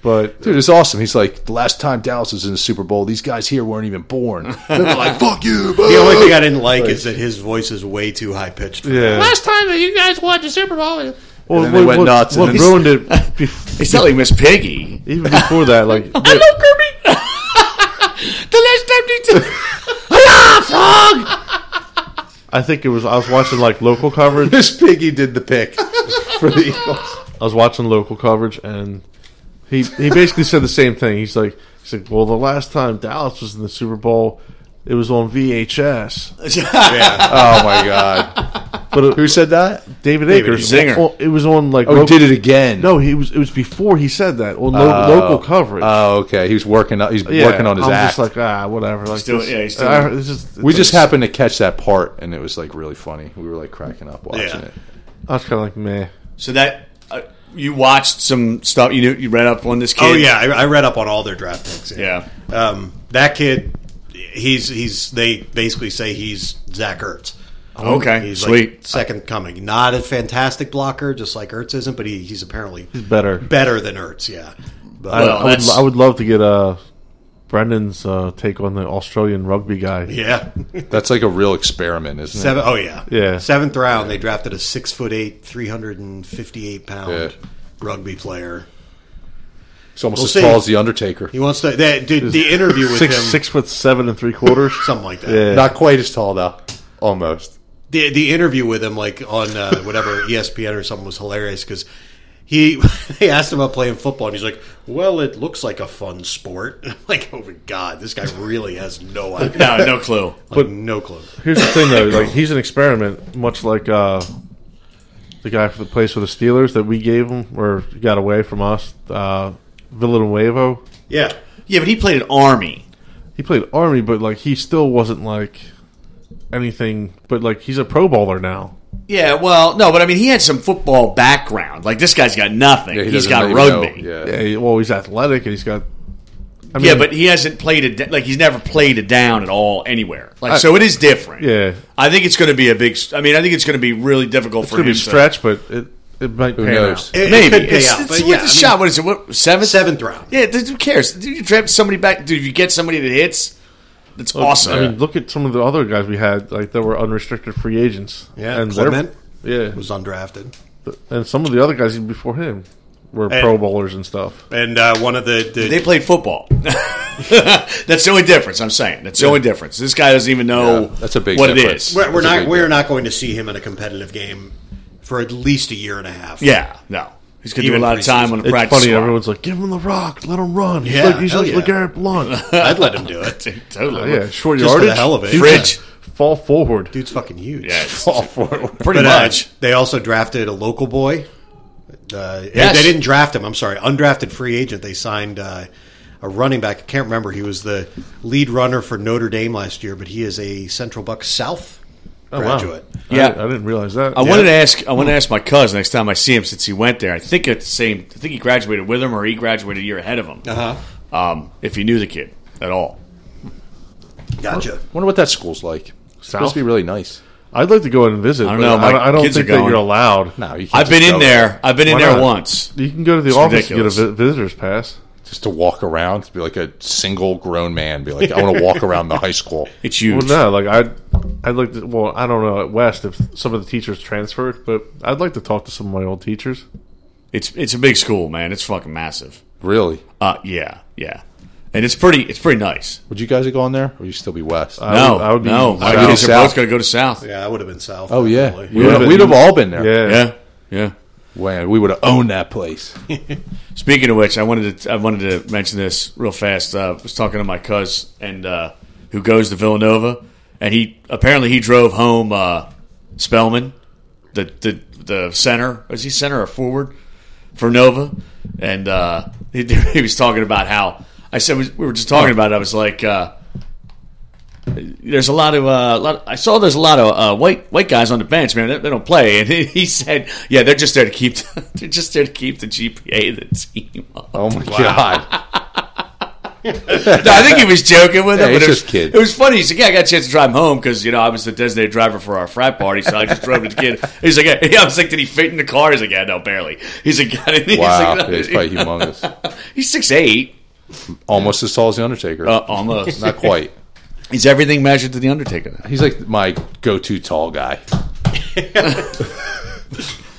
C: but
B: Dude, it's awesome. He's like, the last time Dallas was in the Super Bowl, these guys here weren't even born. They were like, fuck you, bro.
D: The only thing I didn't like is that his voice is way too high pitched.
C: yeah. Last time that you guys watched the Super Bowl, well,
B: And then they
C: what-
B: went
C: what-
B: nuts, and
C: What
B: then-
C: ruined it? bef-
A: It's not like Miss Piggy.
C: even before that, like
A: Hello, Kirby. the last time you did. Hello, frog.
C: I think it was I was watching like local coverage.
B: Miss Piggy did the pick for the Eagles.
C: I was watching local coverage, and he he basically said the same thing. He's like, he's like, well, the last time Dallas was in the Super Bowl, it was on VHS.
B: Oh, my God.
C: But it,
B: Who said that?
C: David
A: David
C: Akers,
A: Zinger.
C: oh, it was on like
B: Oh, he did it again.
C: No, he was. It was before he said that on lo-
B: Oh.
C: local coverage.
B: Oh, okay. He was working, on- he's
C: Yeah,
B: working on his
C: I'm
B: act.
C: just like ah, whatever. Like
A: doing-
C: this-
A: yeah, he's doing-
C: I- it's just,
B: we just
C: have.
B: happened to catch that part, and it was like really funny. We were like cracking up watching
D: Yeah.
B: it.
C: I was kind of like meh.
A: So that uh, you watched some stuff. You knew you read up on this kid.
D: Oh yeah, I, I read up on all their draft picks.
A: yeah.
D: Um, that kid, he's he's they basically say he's Zach Ertz.
A: Oh, Okay,
D: he's
A: sweet.
D: like second coming. Not a fantastic blocker, just like Ertz isn't, but he, he's apparently
C: Better.
D: better than Ertz. Yeah, but,
C: I,
A: Well,
C: I would,
A: that's-
C: I would love to get uh, Brendan's uh, take on the Australian rugby guy.
D: yeah.
B: That's like a real experiment, isn't
D: Seven, oh yeah,
C: Yeah.
D: Seventh round, they drafted a six foot eight, three hundred and fifty eight pound
B: Yeah.
D: rugby player.
B: it? It's almost
D: We'll
B: as
D: see.
B: tall as The Undertaker.
D: He wants to. They did the interview with
C: Six
D: him,
C: six foot seven and three quarters.
D: something like that.
C: Yeah.
B: Not quite as tall, though. Almost.
D: the the interview with him like on uh, whatever ESPN or something was hilarious because he they asked him about playing football and he's like, "Well, it looks like a fun sport." I'm like, "Oh my god, this guy really has no idea,
A: No, no clue.
D: like, no clue."
C: Here's the thing though, like he's an experiment, much like uh, the guy for the place for the Steelers that we gave him or got away from us, uh, Villanueva.
D: Yeah,
A: Yeah, but he played an army.
C: He played army, but like he still wasn't like anything. But like he's a Pro Bowler now.
A: Yeah, well, no, but I mean, he had some football background. Like this guy's got nothing.
B: Yeah, he
A: has
B: doesn't
A: got
B: even
A: rugby.
B: know. Yeah.
C: Yeah, he- well, he's athletic and he's got. I
A: yeah, but he hasn't played it like he's never played it down at all anywhere. Like
C: I-
A: so, it is different.
C: yeah,
A: I think it's going to be a big. I mean, I think it's going to be really difficult
C: it's
A: for him
C: gonna be a
A: to
C: stretch, but it it might
B: Who
C: pan
B: knows?
C: out.
D: it, it
A: Maybe
D: could pay
A: it's,
D: out,
A: it's
D: but
A: worth
D: yeah,
A: a
D: I mean,
A: shot. What is it? What seventh?
D: seventh round.
A: Yeah, th- who cares? Dude, You draft somebody back. Dude, you get somebody that hits. That's awesome.
C: I mean, look at some of the other guys we had, like that were unrestricted free agents.
D: Yeah,
C: they're-
D: Clement
C: Yeah,
D: was undrafted,
C: and some of the other guys even before him were Pro Bowlers and stuff.
D: and uh, one of the, the
A: they played football. That's the only difference. I'm saying. That's the only difference. This guy doesn't even know
B: Yeah, that's a big
A: what
B: difference.
A: it is.
D: we're, we're
B: That's a
D: not
B: big
D: we're
B: deal.
D: not going to see him in a competitive game for at least a year and a half.
A: Yeah, no, he's going to do a
D: Even
A: lot of time on the
C: It's
A: practice.
C: funny.
A: squad.
C: Everyone's like, "Give him the rock, let him run." He's
D: Yeah,
C: like, he's
D: hell
C: like
D: yeah.
C: LeGarrette Blunt.
D: I'd let him do it.
A: Dude, totally.
C: yeah, short
D: Just for
C: yardage,
D: the hell of it.
C: Dude,
A: Fridge.
C: fall forward.
D: Dude's fucking huge.
A: Yeah, it's-
B: All forward.
A: pretty
D: But, uh,
A: much.
D: they also drafted a local boy. Uh,
A: Yes.
D: They didn't draft him. I'm sorry, undrafted free agent. They signed uh, a running back. I can't remember. He was the lead runner for Notre Dame last year, but he is a Central Bucks South
A: Oh,
C: wow.
D: graduate.
A: Yeah.
C: I, didn't- I didn't realize that.
A: I wanted to ask. I want to
C: Hmm.
A: ask my cuz next time I see him since he went there. I think it's the same. I think he graduated with him, or he graduated a year ahead of him.
D: Uh huh.
A: Um, if he knew the kid at all.
D: Gotcha.
B: wonder what that school's like. It's supposed to be really nice.
C: I'd like to go in and visit. I
A: don't
C: don't
A: know,
C: know.
A: my
C: I don't, I don't
A: kids
C: think
A: are
C: that
A: going.
C: you're allowed.
B: No, you can't
A: I've
B: just
A: been
B: go
A: in there. I've been in
C: Why
A: there
C: not?
A: once.
C: You can go to the office and get a
A: ridiculous.
C: vi- visitor's pass.
B: just to walk around, to be like a single grown man, be like, I want to walk around the high school.
A: It's huge.
C: Well, no, like I'd, I'd like to. Well, I don't know at West if some of the teachers transferred, but I'd like to talk to some of my old teachers.
A: It's it's a big school, man. It's fucking massive.
B: Really?
A: Uh, yeah, yeah, and it's pretty. It's pretty nice.
B: Would you guys have gone there, or would you still be west?
A: no,
C: would- I would be
A: no, my
B: south.
A: kids are both
B: South.
A: gonna go to South. Yeah,
D: Yeah, I would have been South.
B: oh yeah,
D: probably.
B: we would have,
C: Yeah.
B: we'd have all been there.
C: Yeah,
A: yeah.
B: Man, we would have owned that place.
A: Speaking of which, I wanted to I wanted to mention this real fast. Uh, I was talking to my cuz and uh, who goes to Villanova, and he apparently he drove home uh, Spellman, the the the center. Is he center or forward? for Nova, and uh, he, he was talking about how I said we were just talking about. It. I was like, uh, there's a lot of uh, lot, I saw there's a lot of uh, white white guys on the bench, man. They, they don't play, and he, he said, "Yeah, they're just there to keep they're just there to keep the GPA of the team." Up.
B: Oh my god!
A: No, I think he was joking with him.
B: Yeah,
A: but
B: he's
A: it was,
B: just kidding.
A: It was funny. He's like, "Yeah, I got a chance to drive him home because you know I was the designated driver for our frat party, so I just drove with the kid." He's like, yeah. I was like, "Did he fit in the car?" He's like, "Yeah, no, barely." He's like, "God," he's
B: Wow,
A: like,
B: yeah,
A: no,
B: he's probably humongous.
A: he's six eight,
B: Almost as tall as the Undertaker.
A: uh, almost.
B: Not quite.
A: he's everything measured to the Undertaker. now.
B: He's like my go-to tall guy.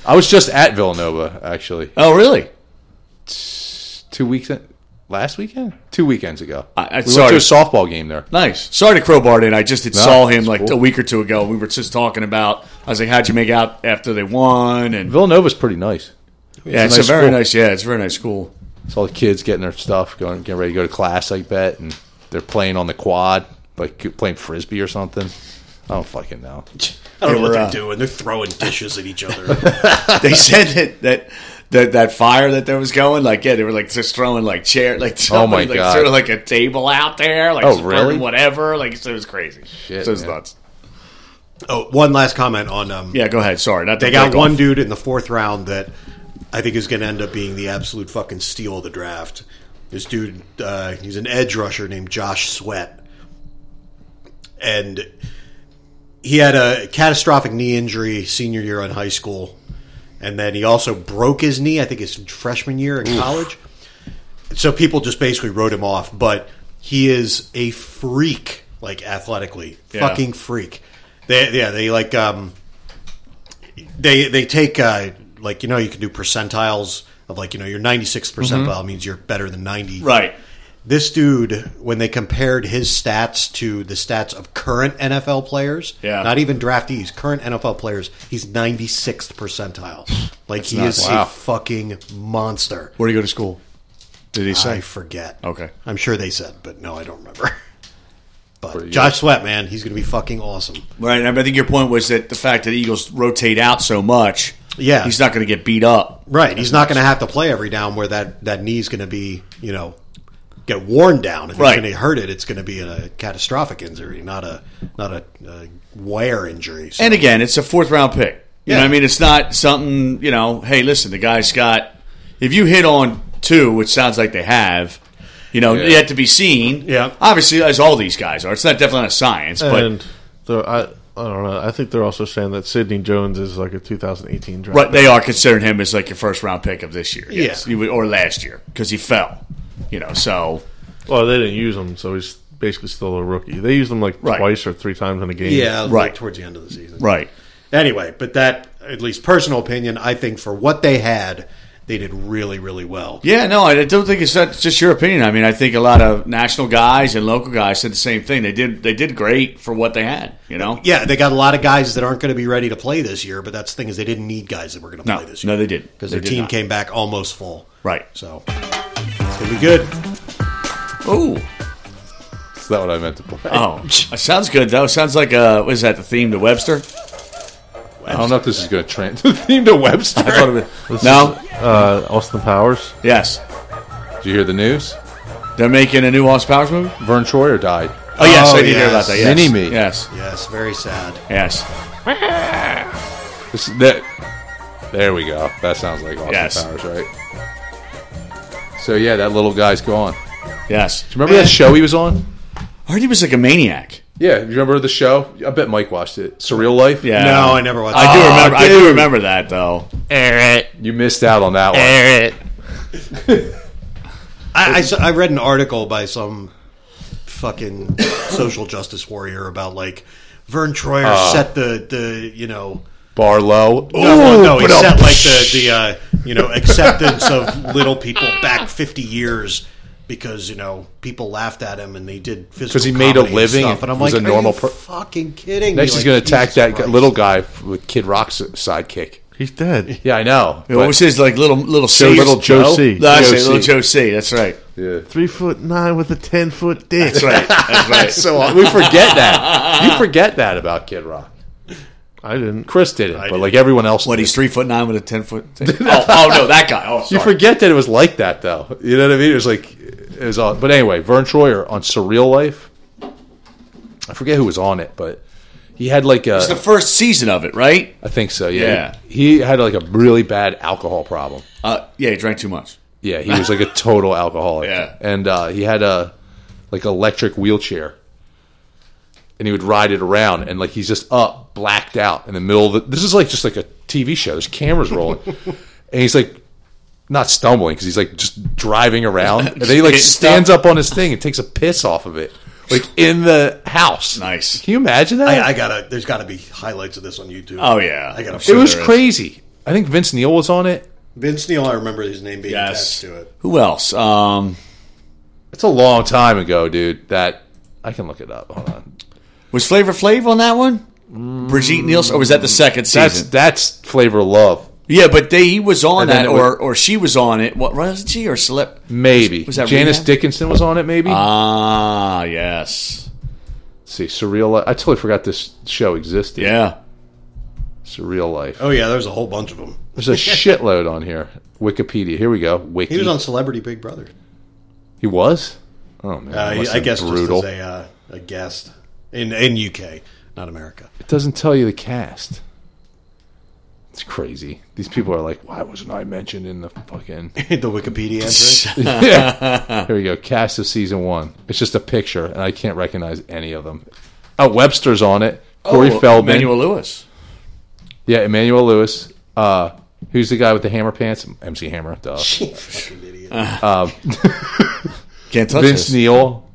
B: I was just at Villanova actually
A: Oh, really?
B: two weeks last weekend, two weekends ago.
A: I- I-
B: we
A: sorry.
B: went to a softball game there.
A: Nice. Sorry to crowbar it in. I just had saw him
B: it's
A: like
B: cool.
A: a week or two ago. We were just talking about. I was like, "How'd you make out after they won?" And
B: Villanova's pretty nice.
A: yeah, it's
B: nice
A: a very
B: school.
A: nice. Yeah, it's a very nice school.
B: It's all the kids getting their stuff, going getting ready to go to class. I bet, and they're playing on the quad, like playing frisbee or something. I don't fucking know.
D: I don't know
A: They were,
D: what
A: uh,
D: they're doing. They're throwing dishes at each other.
A: They said that that. That, that fire that there was going, like yeah, they were like just throwing like chair, like
B: Oh, my
A: somebody, like
B: God.
A: threw like a table out there, like
B: Oh,
A: just burning
B: really?
A: whatever, like so it was crazy.
B: Shit,
A: so it was
B: man.
A: nuts.
D: oh, one last comment on um,
A: Yeah, go ahead. Sorry, not to
D: They got
A: break
D: one
A: off.
D: dude in the fourth round that I think is going to end up being the absolute fucking steal of the draft. This dude, uh, he's an edge rusher named Josh Sweat, and he had a catastrophic knee injury senior year in high school, and then he also broke his knee. I think his freshman year in college. So people just basically wrote him off, but he is a freak, like athletically,
A: Yeah.
D: fucking freak. They, yeah, they like um, they they take uh, like you know you can do percentiles of like you know your 96th percentile means you're better than 90
A: Mm-hmm. right.
D: this dude when they compared his stats to the stats of current nfl players
A: Yeah.
D: not even draftees current nfl players he's 96th percentile like he
A: nuts.
D: is
B: Wow.
D: a fucking monster
A: Where do you go to school? Did he say?
D: i forget
A: Okay.
D: i'm sure they said but no i don't remember but
B: Pretty
D: josh sweat man he's gonna be fucking awesome
A: Right, and I think your point was that the fact that the Eagles rotate out so much,
D: Yeah.
A: he's not going to get beat up.
D: Right. He's not going to have to play every down where that, that knee's going to be, you know, get worn down. If
A: Right.
D: it's going to hurt it, it's going to be a catastrophic injury, not a not a, a wear injury. So-
A: And again, it's a fourth round pick. You know
D: Yeah.
A: what I mean? It's not something, you know, hey, listen, the guy's got. If you hit on two, which sounds like they have, you know,
B: Yeah.
A: yet to be seen.
D: Yeah.
A: Obviously, as all these guys are. It's not definitely not science, but.
C: and they're- I, I don't know. I think they're also saying that Sidney Jones is like a 2018 draft.
A: Right, they are considering him as like your first round pick of this year, yes,
D: Yeah.
A: You would- or last year because he fell, you know. So
C: Well, they didn't use him, so he's basically still a rookie. They used him like
A: Right.
C: twice or three times in a game.
D: yeah, like
A: Right.
D: towards the end of the season.
A: right,
D: Anyway, but that, at least personal opinion, I think for what they had, they did really, really well.
A: Yeah, no, I don't think it's not it's just your opinion. I mean, I think a lot of national guys and local guys said the same thing. They did they did great for what they had, you know.
D: Yeah, they got a lot of guys that aren't going to be ready to play this year, but that's the thing is they didn't need guys that were going to
A: No,
D: play this year.
A: no, they didn't
D: Because
A: They
D: their
A: did
D: team
A: not.
D: came back almost full.
A: right.
D: So it's going to be good.
A: Oh,
B: Is that what I meant to play?
A: oh, It sounds good though. Sounds like uh, what is that the theme to Webster?
B: I don't know if this is going to trend the theme to Webster.
A: I thought it was no.
C: Uh, Austin Powers.
A: Yes,
B: Did you hear the news?
A: they're making a new Austin Powers movie.
B: Vern Troyer died.
A: Oh yes,
D: Oh,
A: I did hear
D: yes.
A: about that. Yes.
B: Mini-me.
A: Yes,
D: Yes, very sad.
A: yes,
B: This, that, there we go. That sounds like Austin
A: Yes.
B: Powers, right? So yeah, that little guy's gone. Do
A: yes.
B: you remember that show he was on?
A: I heard he was like a maniac.
B: Yeah, you remember the show? I bet Mike watched it. Surreal Life.
A: Yeah.
D: No, I never watched
A: I do
D: it.
A: remember. I do
B: Oh, dude.
A: remember that though.
B: you missed out on that one.
D: I, I s- I read an article by some fucking social justice warrior about like Vern Troyer set the the you know
B: Barlow.
D: no, well, no he
B: Uh. Ooh, um,
D: set like the the uh, you know acceptance of little people back fifty years because you know people laughed at him and they did physical
B: 'Cause he made a
D: comedy and
B: living
D: stuff.
B: and
D: and I'm
B: was
D: like
B: a normal
D: are you
B: per-
D: fucking kidding
B: Next,
D: me?
B: he's
D: Like,
B: going to attack
D: Jesus
B: that guy,
D: Christ.
B: little guy f- with Kid Rock's sidekick.
C: He's dead.
B: Yeah, I know.
A: What was
B: but-
A: his like little little
B: Joe-
A: safe-
B: little Joe,
C: Joe C.
A: No, I say
B: Joe
A: little
B: C.
A: Joe C. That's right.
B: Yeah.
C: Three foot nine with a ten foot dick.
A: That's right. That's right.
B: So uh, we forget that. You forget that about Kid Rock.
C: I didn't.
B: Chris did it, but like everyone else,
A: What
B: did.
A: he's three foot nine with a ten foot. oh, oh no, that guy. Oh,
B: You
A: sorry.
B: forget that it was like that, though. You know what I mean? It was like it was all. But anyway, Vern Troyer on Surreal Life. I forget who was on it, but he had like a.
A: It's the first season of it, right?
B: I think so. Yeah.
A: Yeah.
B: He had like a really bad alcohol problem.
A: Uh, yeah, he drank too much.
B: Yeah, he was like a total alcoholic.
A: Yeah.
B: And uh, he had a like electric wheelchair. And he would ride it around and like he's just up, blacked out in the middle of the, this is like just like a TV show. There's cameras rolling. and he's like not stumbling because he's like just driving around. And then he like
A: Getting
B: stands up on his thing and takes a piss off of it. Like in the house.
A: Nice.
B: Can you imagine that?
D: I, I gotta. There's gotta be highlights of this on YouTube.
A: Oh, yeah.
D: I gotta.
A: I'm
B: it
A: sure.
B: was
A: there is.
B: crazy. I think Vince Neil was on it.
D: Vince Neil. I remember his name being
A: Yes.
D: attached to it.
A: Who else? Um,
B: It's a long time ago, dude. That I can look it up. Hold on.
A: was Flavor Flav on that one? Brigitte Nielsen, or was that the second season?
B: Mm. That's that's flavor of love.
A: yeah, but they, he was on
B: And then
A: that,
B: it
A: or or she was on it. What wasn't she or Slip?
B: Maybe
A: Was that
B: Janice
A: Rehab?
B: Dickinson was on it. Maybe
D: Uh,
A: Ah, yes,
B: Let's see surreal. Life. I totally forgot this show existed.
A: yeah.
B: surreal life.
D: Oh yeah, there's a whole bunch of them.
B: There's a shitload on here. Wikipedia. Here we go. Wiki.
D: He was on Celebrity Big Brother.
B: He was? Oh man.
D: Uh,
B: that must
D: I
B: have
D: guess
B: been
D: just as a, uh, a guest in in UK, not America.
B: it doesn't tell you the cast. It's crazy. These people are like, why wasn't I mentioned in the fucking?
D: the Wikipedia entry.
B: Yeah. Here we go. Cast of season one. It's just a picture, and I can't recognize any of them. Oh, Webster's on it. Corey
A: Oh,
B: Feldman.
A: Emmanuel Lewis.
B: Yeah, Emmanuel Lewis. Uh, who's the guy with the hammer pants? MC Hammer. Duh.
D: Fucking idiot.
A: Can't touch
B: Vince
A: this.
B: Neil,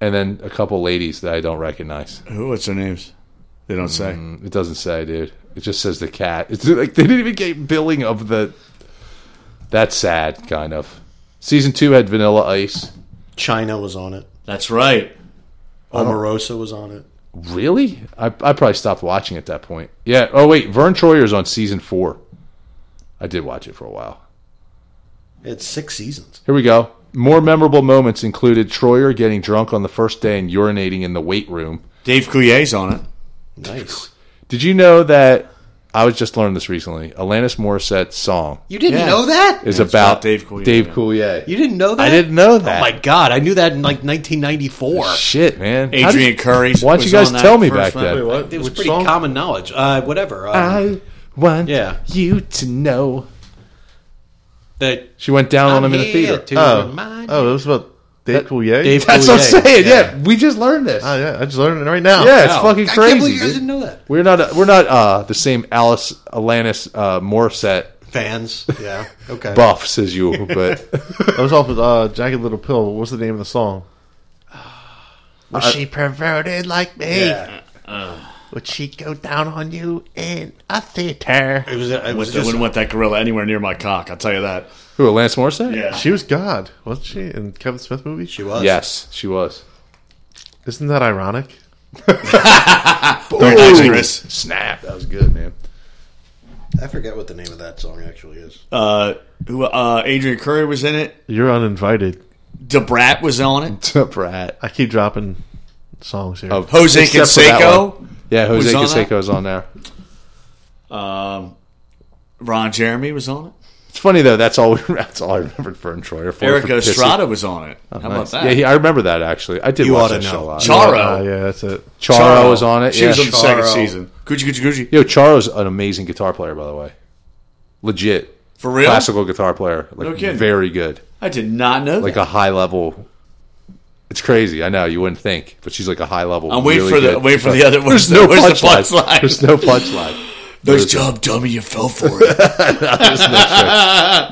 B: and then a couple ladies that I don't recognize.
A: Who? What's their names? They don't say.
B: It doesn't say, dude. It just says the cat. It's like they didn't even get billing of the. That's sad, kind of. Season two had Vanilla Ice.
D: China was on it.
A: That's right.
D: Omarosa was on it.
B: Really? I, I probably stopped watching at that point. Yeah. Oh wait, Vern Troyer's on season four. I did watch it for a while.
D: It's six seasons.
B: Here we go. More memorable moments included Troyer getting drunk on the first day and urinating in the weight room.
A: Dave Couliers on it.
D: Nice.
B: Did you know that? I was just learning this recently. Alanis Morissette's song
D: You didn't
A: Yeah.
D: know that?
B: is
A: It's
B: about,
A: about Dave Coulier, yeah.
B: Coulier.
D: You didn't know that?
B: I didn't know that.
D: Oh my god, I knew that in like 1994.
B: Shit, man. How did-
A: Adrian Curry.
B: Why'd you
A: was
B: guys
A: on that
B: tell me
A: first
B: back
A: one.
B: then?
D: It was pretty common knowledge. Uh, whatever. Um,
B: I want
D: Yeah.
B: you to know.
D: that
B: She went down on
D: I'm
B: him in the
D: here
B: theater.
D: to remind
C: Oh, it was about Dave Coulier.
D: Dave
B: That's
D: Coulier.
B: what I'm saying. Yeah. we just learned this.
C: Oh, yeah, I just learned it right now.
B: yeah, it's
D: Wow.
B: fucking
D: Oh, I
B: crazy.
D: can't believe you guys
B: dude.
D: didn't know that.
B: We're not we're not uh, the same Alice Alanis uh, Morissette
D: Fans. Yeah. Okay.
B: buffs as you, but
C: that was off of uh, Jagged Little Pill. What was the name of the song? Was she perverted like me?
D: yeah.
C: Would she go down on you in a theater?
D: It was, it was
A: I
D: just
A: wouldn't want that gorilla anywhere near my cock. I'll tell you that.
B: who Alanis Morissette?
A: Yeah.
C: She was God, wasn't she? In Kevin Smith movie,
D: she was.
B: Yes, she was.
C: Isn't that ironic?
A: Very nice, Chris.
B: Snap. That was good, man.
D: I forget what the name of that song actually is.
A: Uh, who? Uh, Adrian Curry was in it.
C: You're uninvited.
A: Debrat was on it.
B: Brat.
C: I keep dropping songs here.
B: Of-
A: Jose
B: Except for that
A: Canseco.
B: one. Yeah,
A: was
B: Jose
A: on that?
B: Canseco's on there.
A: Um, Ron Jeremy was on it.
B: It's funny though. That's all. That's all I remembered Vern Troyer for.
A: Eric
B: for pissing.
A: Estrada was on it. How
B: Oh, Nice.
A: about that?
B: Yeah, he, I remember that actually. I did
D: You
B: watch
D: oughta
B: that show
D: know.
B: a lot.
A: Charo.
C: Oh, yeah, that's it.
B: Charo, was on it.
A: She
B: yeah.
A: was on the second
D: Charo.
A: season. Gucci, Gucci, Gucci.
B: Yo, Charo's an amazing guitar player, by the way. Legit
A: For real?
B: classical guitar player. Like
A: No kidding.
B: very good.
A: I did not know
B: Like
A: that.
B: a high level. It's crazy. I know you wouldn't think, but she's like a high level.
A: I'm waiting
B: really
A: for the
B: good.
A: wait for the other. Where's
B: There's no
A: the, where's the
B: punchline.
A: punchline?
B: There's no punchline.
A: Nice job, dummy. You fell for it.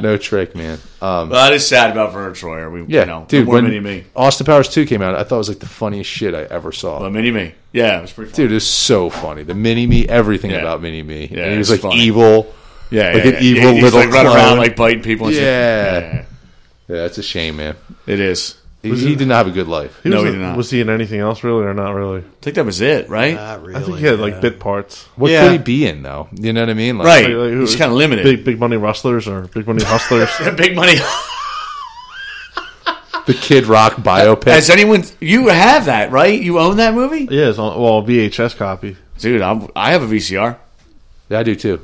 B: No trick, man. Um,
A: well, that is sad about Vern Troyer. We,
B: yeah,
A: you know,
B: dude.
A: no more
B: When
A: mini me,
B: Austin Powers two came out, I thought it was like the funniest shit I ever saw.
A: but mini me. Yeah, it was pretty. Fun.
B: Dude, it's so funny. The mini me, everything
A: Yeah.
B: about mini me.
A: Yeah,
B: and he was like
A: it's funny.
B: evil.
A: yeah,
B: like
A: yeah,
B: an
A: yeah.
B: evil
A: Yeah, he's
B: little
A: like running around
B: clone.
A: like biting people. And shit.
B: Yeah.
A: yeah,
B: Yeah, that's a shame, man.
A: it is.
B: He, he did not have a good life.
C: He
A: No,
C: was,
A: he did not.
C: Was he in anything else really, or not really?
A: I think that was it, right?
B: Uh,
D: Not really.
C: I think he had
D: yeah.
C: like bit parts.
B: What
A: Yeah.
B: could he be in though? You know what I mean? Like,
A: right.
C: Like, like, who-
A: he's kind of limited.
C: Big big money rustlers or big money hustlers.
A: Big money.
B: The Kid Rock biopic.
A: Has anyone? You have that, right? You own that movie,
C: yeah, it's on, well VHS copy.
A: dude. I'm, I have a VCR,
B: yeah, I do too.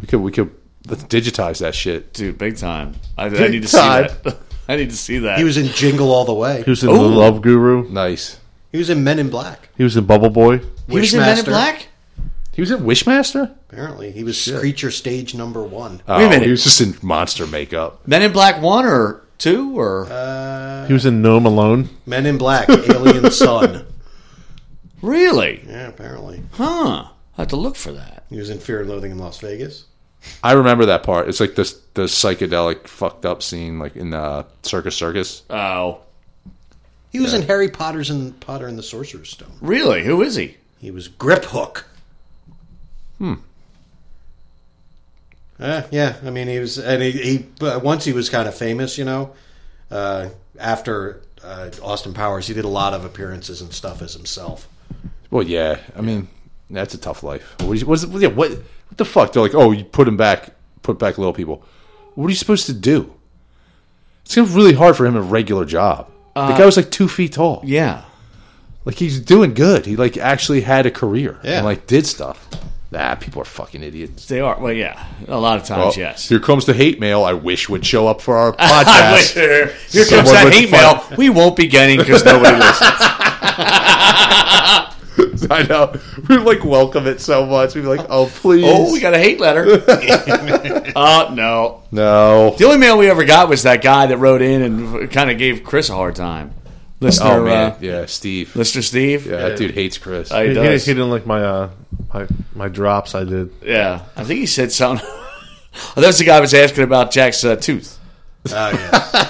B: We could we could let's digitize that shit.
A: dude. Big time. I, I
B: Big
A: need to
B: time.
A: see that. I need to see that. Oh.
D: He was in Jingle All the Way.
C: He was in the Love Guru.
B: Nice.
D: He was in Men in Black.
C: He was in Bubble Boy.
A: He was in Men in Black?
B: He was in Wishmaster.
D: Apparently, he was creature stage number one.
B: Oh,
A: a minute.
B: He was just in monster makeup.
A: Men in Black 1 or 2 or.
C: He was in Gnome Alone.
D: Men in Black, Alien Sun.
A: really?
D: Yeah, apparently.
A: Huh. I have to look for that.
D: He was in Fear and Loathing in Las Vegas.
B: I remember that part. It's like this the psychedelic fucked up scene, like in uh, Circus Circus.
A: Oh.
D: He was in Harry Potter's and Potter and the Sorcerer's Stone.
A: Really? Who is he?
D: He was Grip Hook. Hmm. Uh, yeah, I mean, he was, and he, he but once he was kind of famous, you know. Uh, after uh, Austin Powers, he did a lot of appearances and stuff as himself.
B: Well, yeah. I mean, that's a tough life. What, is, what, is, yeah, what, what the fuck? They're like, oh, you put him back, put back little people. What are you supposed to do? It's gonna be really hard for him a regular job. the guy was like two feet tall.
A: Uh, Yeah.
B: Like he's doing good. He like actually had a career
D: Yeah.
B: and like did stuff. Nah, people are fucking idiots.
A: They are. Well, yeah. A lot of times,
B: Well,
A: Oh, yes.
B: Here comes the hate mail. I wish would show up for our
A: I wish
B: podcast.
A: there. Here comes
B: Someone
A: that
B: with
A: hate
B: fun-
A: mail. We won't be getting because nobody listens.
B: I know. We like welcome it so much. We'd be like, oh please.
A: Oh, we got a hate letter. Oh no.
B: no.
A: The only mail we ever got was that guy that wrote in and kind of gave Chris a hard time. Listener,
B: Oh man.
A: uh,
B: yeah, Steve.
A: listener Steve.
B: yeah, that dude hates Chris.
A: Uh, he
C: He, he-
A: does.
C: he didn't like my uh my my drops. I did.
A: Yeah, I think he said something. oh, that was the guy who was asking about Jack's uh, tooth.
D: Oh, yeah.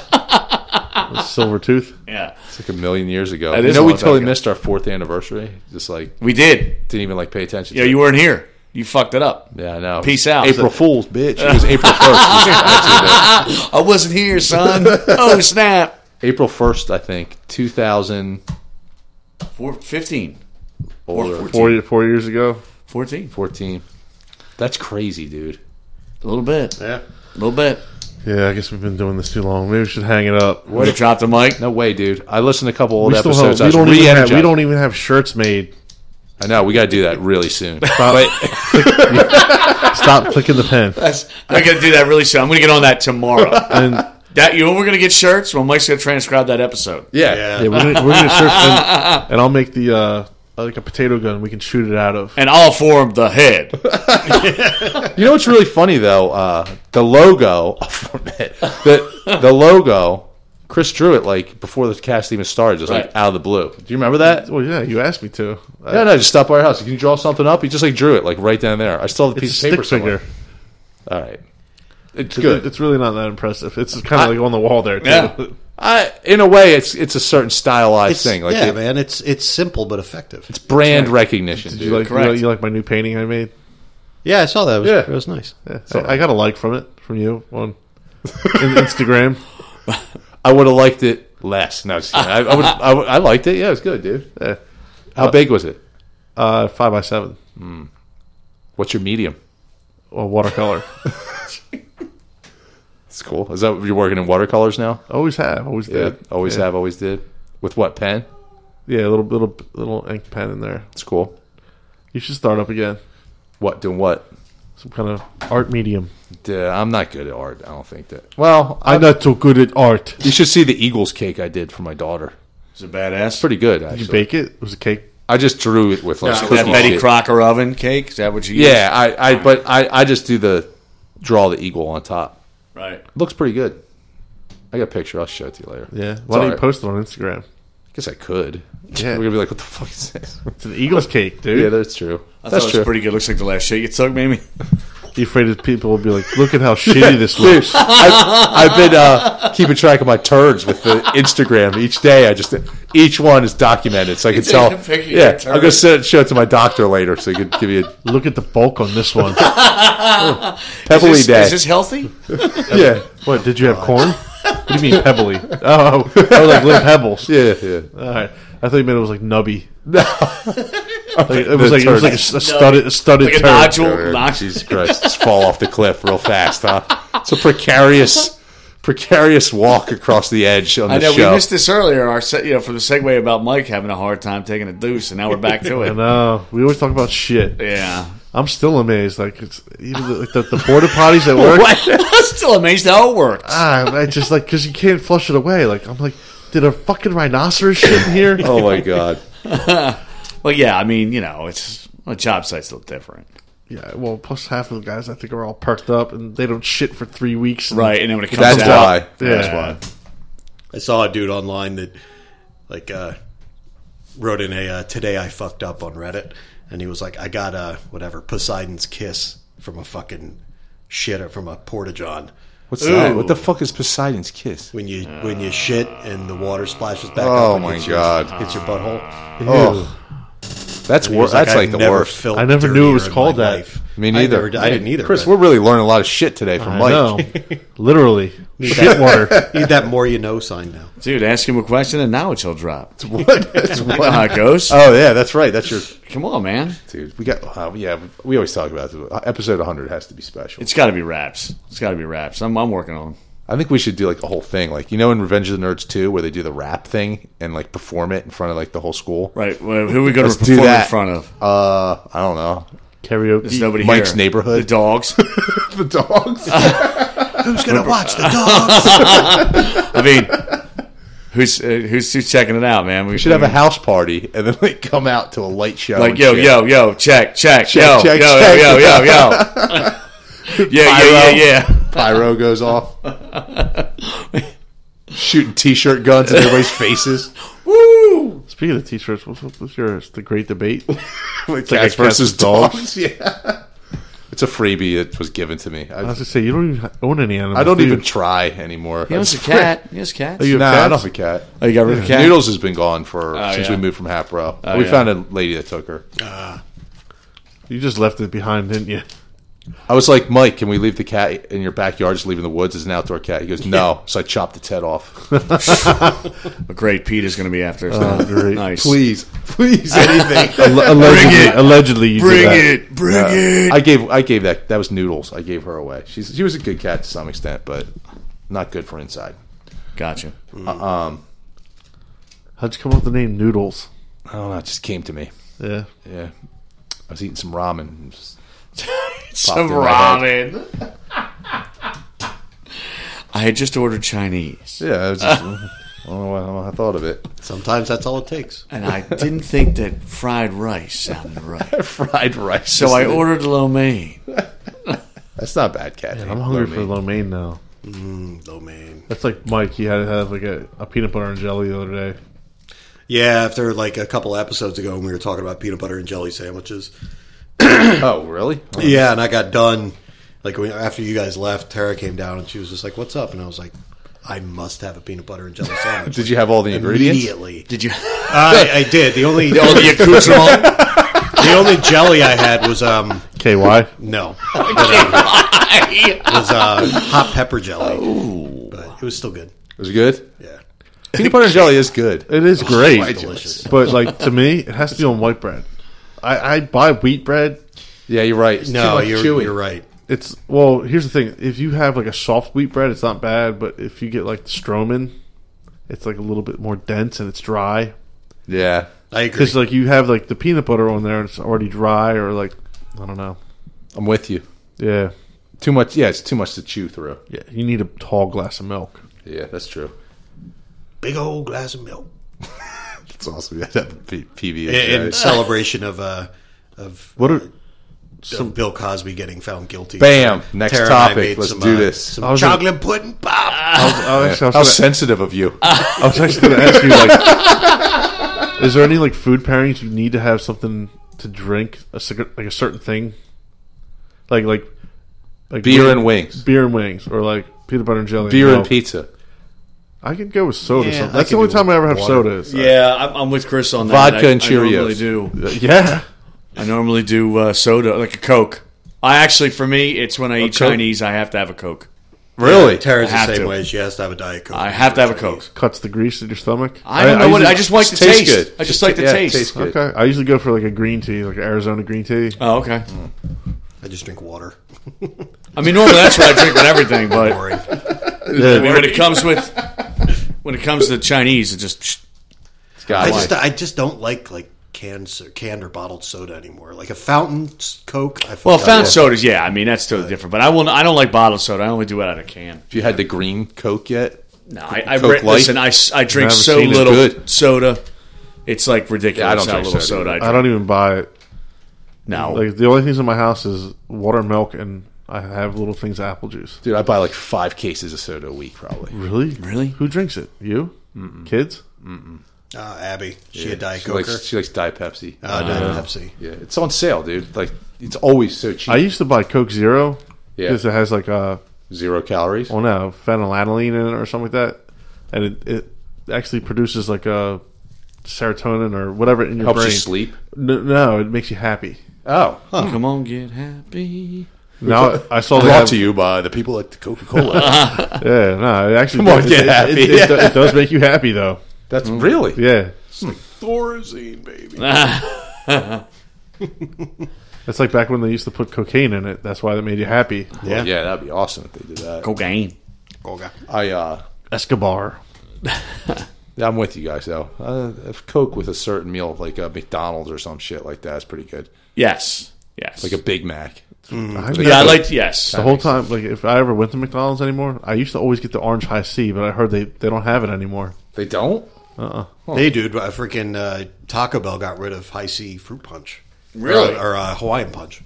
C: Silver Tooth.
A: Yeah,
B: It's like a million years ago.
A: That
B: You
A: is
B: know,
A: a
B: we
A: long time
B: totally
A: ago.
B: missed our fourth anniversary. Just like
A: we did.
B: didn't even like pay attention.
A: Yeah,
B: to
A: you
B: it.
A: weren't here. You fucked it up.
B: Yeah, I know.
A: Peace out.
B: April Fools, bitch. It was April first.
A: I wasn't here, son. oh snap!
B: April first, I think, two thousand
A: Four, 15,
B: or
A: 14.
C: Four four years ago.
A: 14.
B: fourteen. That's crazy, dude.
A: A little bit. A
D: yeah.
A: little bit.
C: Yeah, I guess we've been doing this too long. Maybe we should hang it up.
A: What if dropped the mic?
B: No way, dude. I listened to a couple old
C: We still
B: episodes.
C: have, we
B: I
C: don't
B: was
C: even have, we
B: re-energized.
C: don't even have shirts made.
B: I know. We got to do that really soon.
C: Stop clicking the pen.
A: That's, I'm gonna do that really soon. I'm gonna get on that tomorrow.
C: And
A: that you know, we're gonna get shirts. Well, Mike's gonna transcribe that episode.
B: yeah.
D: Yeah.
C: yeah, we're gonna, we're gonna search and, and I'll make the uh like a potato gun. We can shoot it out of.
A: And I'll form the head.
B: You know what's really funny though? Uh, the logo. the the logo. Chris drew it like before the cast even started, just
A: Right.
B: like out of the blue. Do you remember that?
C: Well, yeah, you asked me to. Uh,
B: No, no, just stop by our house. Can you draw something up? He just like drew it like right down there. I still have the
C: it's a
B: piece of paper
C: stick
B: somewhere.
C: figure.
B: All right, it's
C: It-
B: good.
C: It's really not that impressive. It's kind of like on the wall there too.
A: Yeah.
B: I, in a way, it's it's a certain stylized thing. Like
D: yeah,
B: it-
D: man, it's it's simple but effective.
B: it's brand recognition,
C: Did
B: dude.
C: you like you,
A: Correct.
C: like you like my new painting I made?
D: Yeah, I saw that. It was,
B: Yeah.
D: it was nice.
C: Yeah, so I got a like from it from you on in- Instagram.
B: I would have liked it less. No, just kidding. I, I, would, I, would- I liked it. Yeah, it was good, dude.
C: Yeah.
B: How big was it?
C: Uh, five by seven,
B: What's your medium?
C: well, watercolor.
B: It's cool. Is that you're working in watercolors now?
C: always have, always
B: Yeah,
C: did.
B: always
C: yeah.
B: have, always did. With what pen?
C: Yeah, a little little little ink pen in there.
B: It's cool.
C: You should start up again.
B: What doing what?
C: Some kind of art medium.
B: Duh, I'm not good at art. I don't think that. Well, I,
C: I'm not so good at art.
B: you should see the Eagles cake I did for my daughter.
A: It's a badass.
B: Pretty good
C: Did you
B: actually.
C: bake it? It was a cake.
B: I just drew it with like
A: That
B: cookie
A: Betty
B: shit.
A: Crocker oven cake. Is that what you?
B: Yeah, I, I but I, I just do the draw the eagle on top.
A: use? Right.
B: Looks pretty good. I got a picture. I'll show it to you later.
C: Yeah.
B: It's
C: Why don't you
B: alright.
C: post it on Instagram?
B: I guess I could.
C: Yeah.
B: We're gonna be like, what the fuck is this?
C: It's an Eagles cake,
B: yeah,
C: dude.
B: that's true.
A: I
B: that's
A: thought it
B: true.
A: was pretty good. Looks like the last shit you took, maybe.
C: you afraid that people will be like, "Look at how shitty this
B: Dude,
C: looks."
B: I've, I've been uh, keeping track of my turns with the Instagram each day. I just each one is documented, so I can
A: It's
B: tell.
A: a picture of your
B: Yeah, I'm gonna
A: turns.
B: send, show it to my doctor later, so he could give you a
C: Look at the bulk on this one.
B: pebbly
A: Is this,
B: day.
A: is this healthy?
B: yeah,
C: What did you have corn? What do you mean pebbly? Oh, oh, like little pebbles.
B: yeah, yeah.
C: All right. I thought you meant it was like nubby. Like,
B: The
C: it was like it was
B: turd.
C: like a, s- a studded, a studded
A: Like a
C: turd.
A: nodule.
B: Dude,
A: nodule.
B: Jesus Christ, just fall off the cliff real fast, huh? It's a precarious, precarious walk across the edge on
A: I know
B: the show.
A: we missed this earlier. Our se- you know for the segue about Mike having a hard time taking a deuce, and now we're back to
C: I
A: it.
C: know. We always talk about shit.
A: yeah,
C: I'm still amazed. Like it's even the, like the, the border potties at work.
A: I'm still amazed how it works.
C: ah, I just like because you can't flush it away. Like I'm like, did a fucking rhinoceros shit in here?
B: Oh my god.
A: Well, yeah, I mean, you know, it's a job site's still different,
C: Yeah, well, plus half of the guys I think are all perked up and they don't shit for three weeks. and-
A: right? And then when it comes
B: That's
A: out,
B: why.
A: that's
C: Yeah.
A: why.
D: I saw a dude online that like uh, wrote in a uh, today I fucked up on Reddit, and he was like, I got a whatever Poseidon's kiss from a fucking shitter from a porta john.
B: What's that? What the fuck is Poseidon's kiss?
D: When you when you shit and the water splashes back.
B: Oh
D: up and
B: my
D: hits
B: God.
D: Your, hits your butthole.
B: Oh, that's
D: He
B: wor-
D: was
B: That's
D: "I
B: like the
D: never
B: worst.
D: felt
C: I never knew it
D: dirtier
C: was
D: in my
C: called that.
D: life."
B: Me
D: I
B: neither.
D: never did- I, didn't either.
B: Chris,
D: but
B: we're really learning a lot of shit today from
C: I
B: Mike.
C: know. Literally. shit water.
D: need that more you know sign now.
A: Dude, ask him a question and knowledge he'll drop.
B: What? That's
A: Come
B: what?
A: on, how it goes.
B: Oh yeah, that's right. That's your
A: Come on, man.
B: dude. We got. Uh, yeah, we always talk about this. Episode 100 has to be special.
A: It's got to be raps. It's got to be raps. I'm, I'm working on. 'em.
B: I think we should do like a whole thing, like you know, in Revenge of the Nerds 2, where they do the rap thing and like perform it in front of like the whole school.
A: Right, well, who we going to
B: Let's do
A: perform in
B: that.
A: front of?
B: Uh, I don't know.
A: There's
C: Karaoke.
A: nobody
B: Mike's
A: here.
B: neighborhood.
A: The dogs.
B: the dogs. uh,
D: Who's gonna watch the dogs?
A: I mean, who's uh, who's who's checking it out, man? We
B: should have a house party and then like come out to a light show.
A: like
B: and
A: yo
B: shit.
A: yo yo check check, yo,
B: check,
A: yo,
B: check.
A: yo yo yo yo yeah yeah yeah yeah.
B: Pyro goes off. Shooting t-shirt guns at everybody's faces.
A: Woo!
C: Speaking of t shirts, what's, what's yours? The Great Debate?
B: Like
C: cats versus dogs.
B: Yeah. It's a freebie that was given to me.
C: I
B: I,
C: was going to say, you don't even own any animals.
B: I don't
C: do you?
B: even try anymore.
A: He owns a cat. He owns cats.
C: Are you a
B: Nah, I
C: cat?
B: don't have a cat.
A: Oh, you got rid of the cat.
B: Noodles has been gone for since
A: yeah.
B: we moved from Hatboro. we
A: yeah.
B: found a lady that took her.
C: You just left it behind, didn't you?
B: I was like, Mike, can we leave the cat in your backyard? Just leave it in the woods as an outdoor cat. He goes, No. So I chopped its head off.
A: But great Pete is going to be after. us.
C: Oh, great.
A: Nice.
B: please, please, anything.
C: Alle- allegedly,
A: it.
C: allegedly you
A: Bring
C: did that.
A: it. Bring it.
B: I gave I gave that that was Noodles. I gave her away. She's she was a good cat to some extent, but not good for inside.
A: Gotcha.
C: How'd you come up with the name Noodles?
B: I don't know. It just came to me.
C: Yeah.
B: Yeah, I was eating some ramen. And just,
A: Some
B: in my head.
A: ramen. I had just ordered Chinese,
B: yeah, I, was just, I don't know why- why I thought of it.
D: Sometimes that's all it takes.
A: and I didn't think that fried rice sounded right.
B: Fried rice.
A: So I ordered lo mein.
B: That's not bad, cat.
C: I'm hungry for lo mein now.
D: Lo mein.
C: That's like Mike. He had to have like a, a peanut butter and jelly the other day.
D: Yeah, after like a couple episodes ago when we were talking about peanut butter and jelly sandwiches.
B: Oh, really?
D: Yeah, and I got done like when, after you guys left. Tara came down and she was just like, "What's up?" And I was like, "I must have a peanut butter and jelly sandwich."
B: Did you have all the ingredients?
D: Immediately,
A: Did you?
D: I, I did. The only the only,
A: accoutrement.
D: jelly I had was um
C: KY.
D: no, it was uh, hot pepper jelly, but it was still good.
B: Was it good?
D: Yeah,
B: Peanut butter and jelly is good.
C: It is great.
D: delicious.
C: But like to me, it has to be on white bread. I, I buy wheat bread.
B: Yeah, you're right. It's
D: No,
B: too much
D: you're
B: chewy.
D: you're right.
C: It's well. Here's the thing: if you have like a soft wheat bread, it's not bad. But if you get like the Stroman, it's like a little bit more dense and it's dry.
B: Yeah,
D: I agree.
C: Because like you have like the peanut butter on there, and it's already dry, or like I don't know.
B: I'm with you.
C: Yeah,
B: Too much. Yeah, it's too much to chew through.
C: yeah. You need a tall glass of milk.
B: Yeah, that's true.
D: Big old glass of milk
B: It's awesome. You have to have a P- PB.
D: in, in celebration of uh of
C: What are
D: some Bill Cosby getting found guilty.
B: Bam. Next
D: Tara and I
B: topic.
D: made
B: Let's
D: some,
B: do
D: uh,
B: this.
D: Some
C: was gonna-
D: chocolate pudding pop.
C: oh, I was, I was
B: How
C: gonna-
B: sensitive of you.
C: I was actually going to ask you, like, is there any like food pairings you need to have something to drink, a cigar- like a certain thing, like like like
B: Beer
C: wing-
B: and wings.
C: beer and wings, or like peanut butter and jelly,
B: Beer and
C: No.
B: pizza.
C: I can go with soda.
D: Yeah,
C: something.
D: I
C: That's the
D: can
C: only
D: do
C: time I ever have
D: water.
C: soda. Is
A: yeah, I'm, I'm with Chris on that.
B: Vodka
A: I-
B: and
A: I
B: Cheerios.
A: normally do.
C: yeah.
A: I normally do uh, soda, like a Coke. I actually, for me, it's when I eat
B: Coke?
A: Chinese, I have to have a Coke.
B: Really?
D: Tara's
A: I
D: the
A: have
D: same
A: to.
D: way. She has to have a diet coke.
A: I have to have a Coke.
C: Cuts the grease in your stomach.
A: I don't know what. I
C: usually-
A: just like the
B: tastes
A: taste.
B: good.
A: I just like the
B: Yeah, it
A: taste.
B: tastes good.
C: Okay, I usually go for like a green tea, like Arizona green tea.
A: Oh, okay.
D: I just drink water.
A: I mean, normally that's what I drink with everything, but
D: Boring.
A: I mean, when it comes with when it comes to Chinese, it just
B: It's got
D: I
B: wine.
D: just I just don't like like canned so- canned or bottled soda anymore. Like a fountain s- coke. I
A: well,
D: fucking
A: fountain
D: love.
A: sodas. Yeah, I mean that's totally different. But I will. I don't like bottled soda. I only do it out of can.
B: If you had the green Coke yet?
A: No, I, I
B: Coke
A: re-
B: Light?
A: listen. I, s- I drink
B: Never
A: so
B: seen it
A: little
B: good.
A: soda. It's like ridiculous
B: Yeah, I don't
A: how
B: drink
A: little
B: soda
A: soda I drink.
C: I don't even buy it.
B: Oh.
A: no,
C: Like the only things in my house is water, milk, and I have little things of apple juice.
B: Dude, I buy like five cases of soda a week, probably.
C: Really?
A: Really?
C: Who drinks it? You? Kids?
D: Ah, Abby, she a Diet
B: she
D: Coker.
B: likes, she likes Diet Pepsi.
D: uh, Diet Pepsi.
B: yeah, it's on sale, dude. Like, it's always so cheap.
C: I used to buy Coke Zero
B: Yeah.
C: because it has like a
B: Zero calories.
C: oh no phenylalanine in it or something like that, and it, it actually produces like a serotonin or whatever in your
B: Helps
C: brain.
B: you sleep.
C: No, no, it makes you happy.
B: Oh,
A: come on, get happy.
C: Now I saw they
B: brought
C: have,
B: to you by the people at Coca Cola.
C: Yeah, no, it actually
B: Come on,
C: it-
B: get
C: it-
B: happy.
C: It, it, do- it does make you happy though.
B: That's really.
C: Yeah,
D: Thorazine, baby.
C: it's like back when they used to put cocaine in it. That's why that made you happy.
D: Yeah.
B: Yeah, that'd be awesome if they did that.
A: Cocaine.
D: Olga.
B: I uh,
C: Escobar.
B: I'm with you guys though. Uh, if Coke with a certain meal, like a McDonald's or some shit like that, is pretty good.
A: Yes, yes.
B: Like a Big Mac.
C: I've
A: yeah, I
C: never-
A: like yes.
C: the whole time. Like if I ever went to McDonald's anymore, I used to always get the orange high C, but I heard they they don't have it anymore.
B: They don't.
D: Hey, dude, uh, freaking uh, Taco Bell got rid of high C fruit punch.
A: Really?
D: Or, or, uh, Hawaiian punch.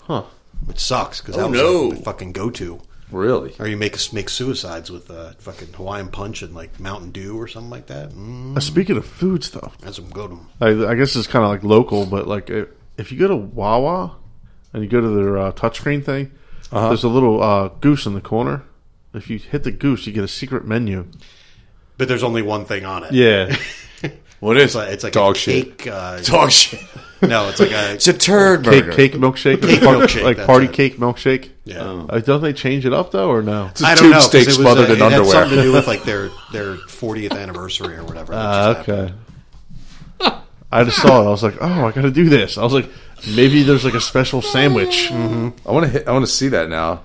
C: Huh.
D: Which sucks because that
A: Oh,
D: was
A: no.
D: like, the fucking go to.
B: Really?
D: Or you make us make suicides with uh, fucking Hawaiian punch and like Mountain Dew or something like that. Mm,
C: Uh, Speaking of foods though,
D: that's some good one.
C: I, I guess it's kind of like local, but like i- if you go to Wawa and you go to their uh, touchscreen thing,
D: Uh-huh.
C: there's a little uh, goose in the corner. If you hit the goose, you get a secret menu.
D: But there's only one thing on it.
C: Yeah,
A: what is
D: It's like, it's like
B: Dog
D: a
B: shit.
D: cake. Uh,
A: dog shit?
D: no, it's like a.
A: It's a turd
C: cake,
A: burger.
C: cake milkshake,
D: Cake
C: Par-
D: milkshake,
C: like
D: that's
C: party
D: it.
C: cake milkshake.
D: yeah.
C: Uh, don't they change it up though, or no?
B: It's a Oh. tube steak smothered in
D: It had
B: underwear.
D: something to do with like their their 40th anniversary or
B: Ah,
D: whatever. that
C: Uh,
D: just happened.
C: okay. I just saw it. I was like, oh, I got to do this. I was like, maybe there's like a special sandwich.
B: I want to. I want to see that now.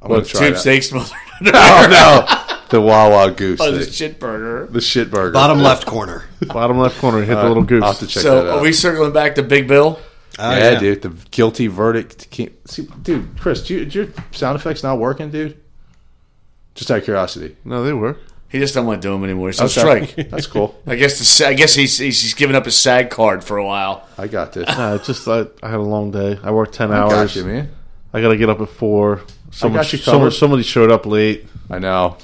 B: I want to try
A: Tube
B: that.
A: steak smothered.
B: Oh no, the Wawa goose,
A: Oh,
B: thing.
A: this shit burger.
B: the shit burger.
D: Bottom left corner.
C: Bottom left corner, hit the little goose.
B: I'll have to check that
A: So
B: out.
A: are we circling back to Big Bill?
D: Oh,
B: yeah, dude, the guilty verdict. Can't, see, dude, Chris, do you, do your sound effects not working, dude? Just out of curiosity.
C: no, they work.
A: He just don't want to do him anymore. He's on strike.
B: Oh, That's cool.
A: I guess the, sa- I guess he's, he's he's given up his SAG card for a while.
B: I got this. Oh,
C: Uh, it's just I, I had a long day. I worked ten hours.
B: Got you, man.
C: I gotta get up at four. Someone,
B: got you
C: someone,
B: covered.
C: somebody showed up late.
B: I know.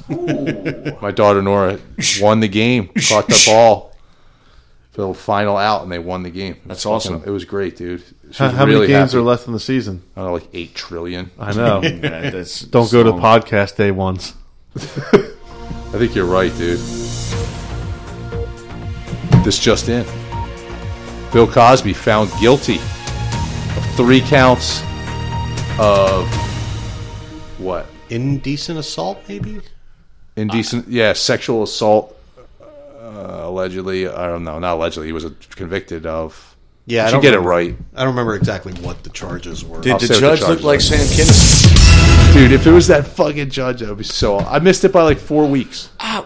B: My daughter Nora won the game, caught the ball, the final out, and they won the game.
A: That's
B: Fucking-
A: awesome.
B: It was great, dude. She
C: How,
B: was
C: how
B: really
C: many games
B: happy.
C: are left in the season?
B: I don't know, like eight trillion.
C: I know.
A: Yeah, that's-
C: Don't go to
A: so-
C: podcast day once.
B: I think you're right, dude. This just in. Bill Cosby found guilty of three counts of what?
D: Indecent assault, maybe?
B: Indecent, yeah, sexual assault. Uh, allegedly, I don't know, not allegedly. He was convicted of.
D: Yeah,
B: I
D: I
B: should
D: don't
B: get it
D: remember.
B: right,
D: I don't remember exactly what the charges were. Oh,
A: Did
B: I'll
A: the
B: say what the
A: judge look
B: charges
A: like
B: are.
A: Sam Kinison?
B: dude. If it was that fucking judge, I would be so. I missed it by like four weeks.
A: I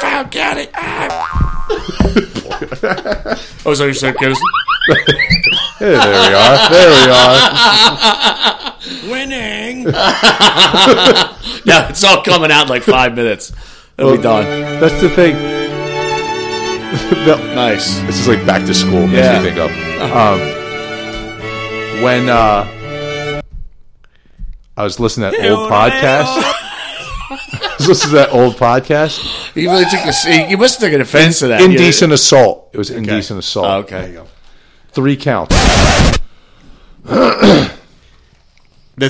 A: found got it. Ah. oh, sorry, Sam Kinison.
B: Hey, there we are. There we are.
A: Winning. yeah, it's all coming out in like five minutes. It'll be done.
B: That's the thing. The-
A: Nice.
B: This is like back to school. Makes
A: Yeah. Uh-huh.
B: me think of um, when uh, I was listening to that old podcast. I was listening to that old podcast.
A: He really took the. He he must have taken offense to that. You know?
B: Indecent assault. It was indecent assault.
A: Oh,
D: There you
A: okay.
D: go.
B: Three counts.
D: The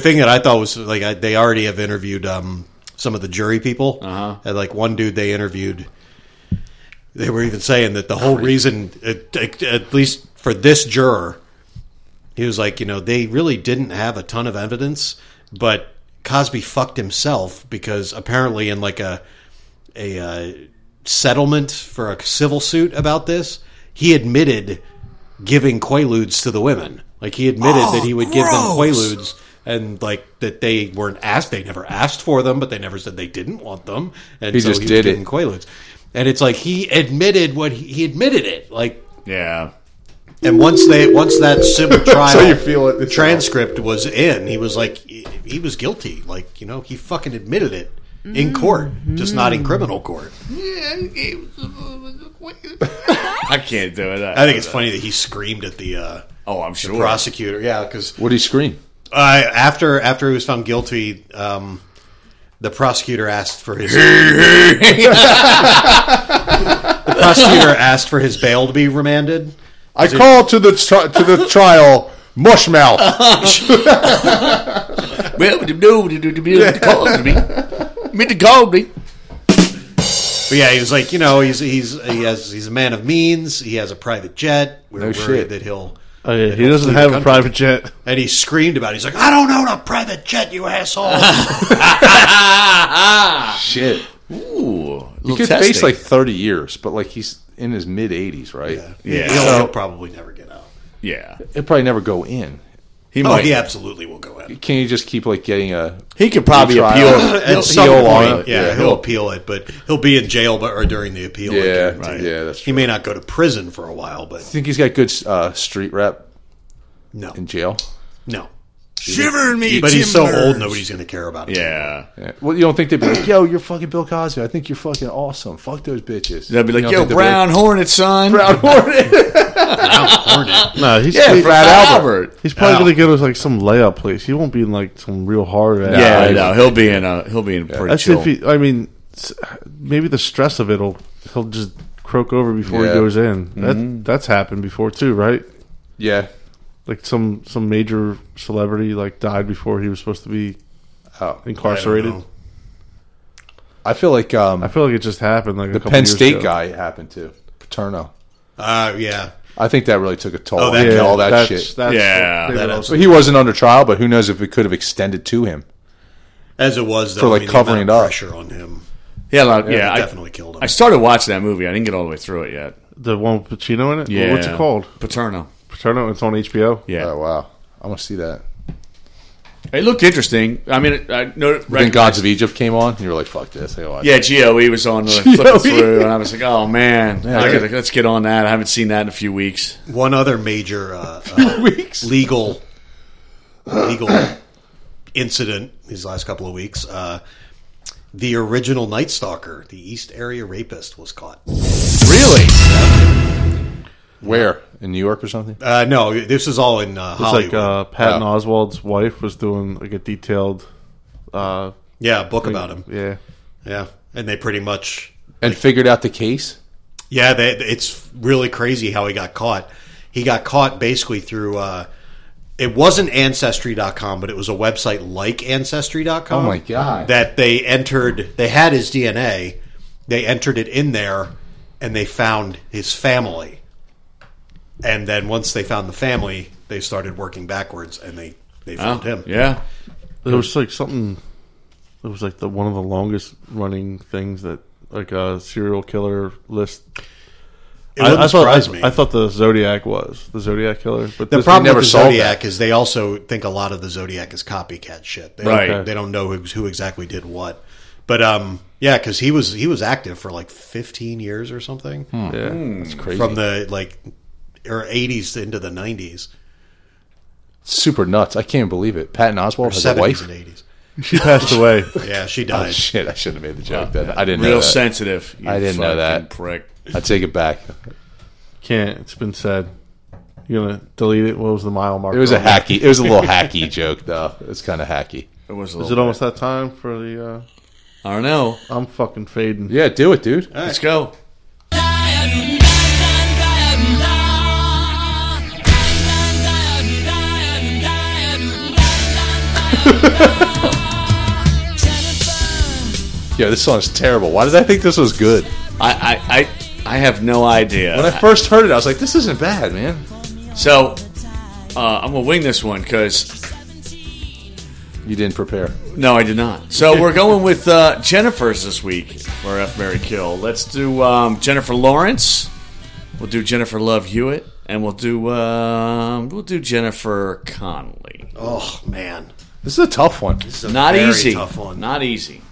D: thing that I thought was like I, they already have interviewed um, some of the jury people, uh-huh. and like one dude they interviewed, they were even saying that the whole reason, at, at- at least for this juror, he was like, you know, they really didn't have a ton of evidence, but Cosby fucked himself because apparently in like a a uh, settlement for a civil suit about this, he admitted giving quaaludes to the women. Like he admitted that he would give them quaaludes, and like that they weren't asked. They never asked for them, but they never said they didn't want them. And
B: He
D: so
B: just
D: he
B: did it.
D: was giving quaaludes, and it's like he admitted what he, he admitted it. Like
A: Yeah.
D: and once they once that civil trial
B: how you feel it.
D: transcript was in, he was like he, he was guilty. Like you know he fucking admitted it. in court, just not in criminal court.
A: I can't do it.
D: I think it's funny that he screamed at the uh,
A: Oh, I'm sure.
D: prosecutor. Yeah, because
B: What do you scream?
D: uh, after after he was found guilty, um, the prosecutor asked for his the prosecutor asked for his bail to be remanded.
B: I call to the tri- to the trial mushmouth.
A: Well, no, they called me. Meant to call me.
D: But yeah, he was like, you know, he's he's he has he's a man of means. He has a private jet. We are
B: No
D: worried
B: shit.
D: that he'll.
C: Oh, yeah,
D: that
C: he
D: he'll
C: doesn't
D: flee the
C: have a
D: country.
C: private jet.
D: And he screamed about. it. He's like, I don't own a private jet, you asshole.
B: Shit.
A: Ooh,
B: He could face like 30 years, but like he's in his mid 80s, right?
A: Yeah.
D: he'll, he'll probably never get out.
A: yeah,
B: He'll probably never go in.
A: he
D: Oh,
A: might.
D: he absolutely will go in.
B: Can you just keep like getting a
A: He could probably
B: Trial.
A: appeal.
B: At
A: He'll-
B: some
A: he'll-
B: point,
A: he'll-
D: Yeah,
B: Yeah,
D: he'll,
B: he'll-
D: appeal it, but he'll be in jail, but or during the appeal. I
B: Yeah,
D: guarantee
B: right.
D: it.
B: yeah, that's
D: He may not go to prison for a while, but
B: think he's got good uh, street rep
D: no,
B: in jail?
D: no.
A: Shiver me,
D: But he's so
A: timbers.
D: old, nobody's going to care about him.
A: Yeah,
B: Yeah. Well, you don't think they'd be like, "Yo, you're fucking Bill Cosby. I think you're fucking awesome. Fuck those bitches."
A: they'll be
B: You
A: like,
B: don't
A: "Yo,
B: think they'd be
A: Brown Hornet, son."
B: like, Brown Hornet."
C: No, he's
B: yeah,
C: he-
B: Brad Albert.
C: he's probably
D: Ow.
C: gonna go to like some layup place. He won't be in like some real hard. ass
A: Yeah,
C: place.
A: no, he'll be in a he'll be in pretty
C: That's
A: chill.
C: if he. I mean, s- maybe the stress of it'll he'll just croak over before
B: Yeah. Mm-hmm.
C: he goes in. That that's happened before too, right?
B: Yeah.
C: Like some some major celebrity like died before he was supposed to be
B: Oh,
C: incarcerated.
D: know.
C: I,
B: I feel like um,
C: feel like it just happened. Like a
B: the
C: couple
B: Penn
C: years
B: State
C: ago.
B: guy it happened to Paterno.
D: Uh, yeah.
B: I think that really took a toll.
D: Oh, that
B: on
D: guy.
B: all that
C: that's-
B: shit.
C: that's-
A: Yeah.
C: they
D: That
C: would
D: is-
C: also-
B: But he wasn't under trial, but who knows if it could have extended to him?
D: As it was, though,
B: For, like,
D: the
B: covering
D: amount
B: it
D: of
B: up.
D: pressure on him
A: yeah, a lot- yeah. I,
D: definitely killed him.
A: I started watching that movie. I didn't get all the way through it yet.
C: the one with Pacino in it.
A: Yeah,
C: what's it called?
A: Paterno.
C: Paterno. It's on HBO.
A: Yeah,
B: Oh wow, I want to see that.
A: it looked interesting. I mean, it- I know.
B: Then Gods of Egypt came on, and you were like, "Fuck this." I gotta watch it.
A: Yeah, GOE was on the flipping through, and I was like, "Oh man, I gotta- let's get on that." I haven't seen that in a few weeks.
D: One other major uh, uh,
B: Weeks.
D: legal legal incident these last couple of weeks. Uh, the original Night Stalker, the East Area Rapist, was caught.
B: Really? Where in New York or something?
D: Uh, no, this is all in uh,
C: It's
D: Hollywood.
C: like uh, Patton
B: Yeah.
C: Oswald's wife was doing like a detailed. Uh,
D: yeah, a book about him.
C: yeah,
D: Yeah, and they pretty much
B: And figured out the case.
D: Yeah, they, it's really crazy how he got caught. He got caught basically through uh, it wasn't ancestry.com, but it was a website like ancestry.com.
B: Oh, my God.
D: That they entered they had his DNA. They entered it in there and they found his family. And then once they found the family, they started working backwards and they they found
C: Oh,
D: him.
A: Yeah,
C: there was like something. It was like the one of the longest running things that like a serial killer list.
D: It wouldn't
C: I, I thought
D: surprise
C: I,
D: me.
C: I thought the Zodiac was the Zodiac killer, but
D: The
C: this-
D: problem
B: never
D: with the
B: solved
D: Zodiac is they also think a lot of the Zodiac is copycat shit. They
A: Right.
D: Don't, they don't know who, who exactly did what. But um, yeah, because he was he was active for like 15 years or something
C: yeah.
B: It's crazy.
D: from the like or 80s into the 90s,
B: Super nuts. I can't believe it. Patton Oswald has a
D: 70s
B: wife. Oh,
D: and 80s.
C: she passed away.
D: Yeah, she died.
B: Shit, I should have made the joke then. I didn't know
A: real
B: that.
A: sensitive. you
B: I didn't know
A: fucking
B: that.
A: prick.
B: I take it back.
C: Can't. It's been said. You gonna delete it? What was the mile mark?
B: It was a
A: Oh,
C: on that?
B: hacky. It was a little hacky joke though. It's kind of hacky.
A: It was. A
C: Is
A: little,
C: it almost that time for the? Uh,
A: I don't know.
C: I'm fucking fading.
B: Yeah, do it, dude.
A: Let's go.
B: Yo, this song's terrible. Why did I think this was good?
A: I I I, I have no idea.
B: When I first heard it, I was like, "This isn't bad, man."
A: so uh, I'm gonna wing this one because
B: You didn't prepare.
A: no, I did not. So we're going with uh, Jennifer's this week for F Mary Kill. Let's do um, Jennifer Lawrence. We'll do Jennifer Love Hewitt, and we'll do um, we'll do Jennifer Connelly.
D: Oh man,
B: This is a tough one.
D: this is a
A: Not
D: very
A: easy.
D: tough one.
A: Not easy.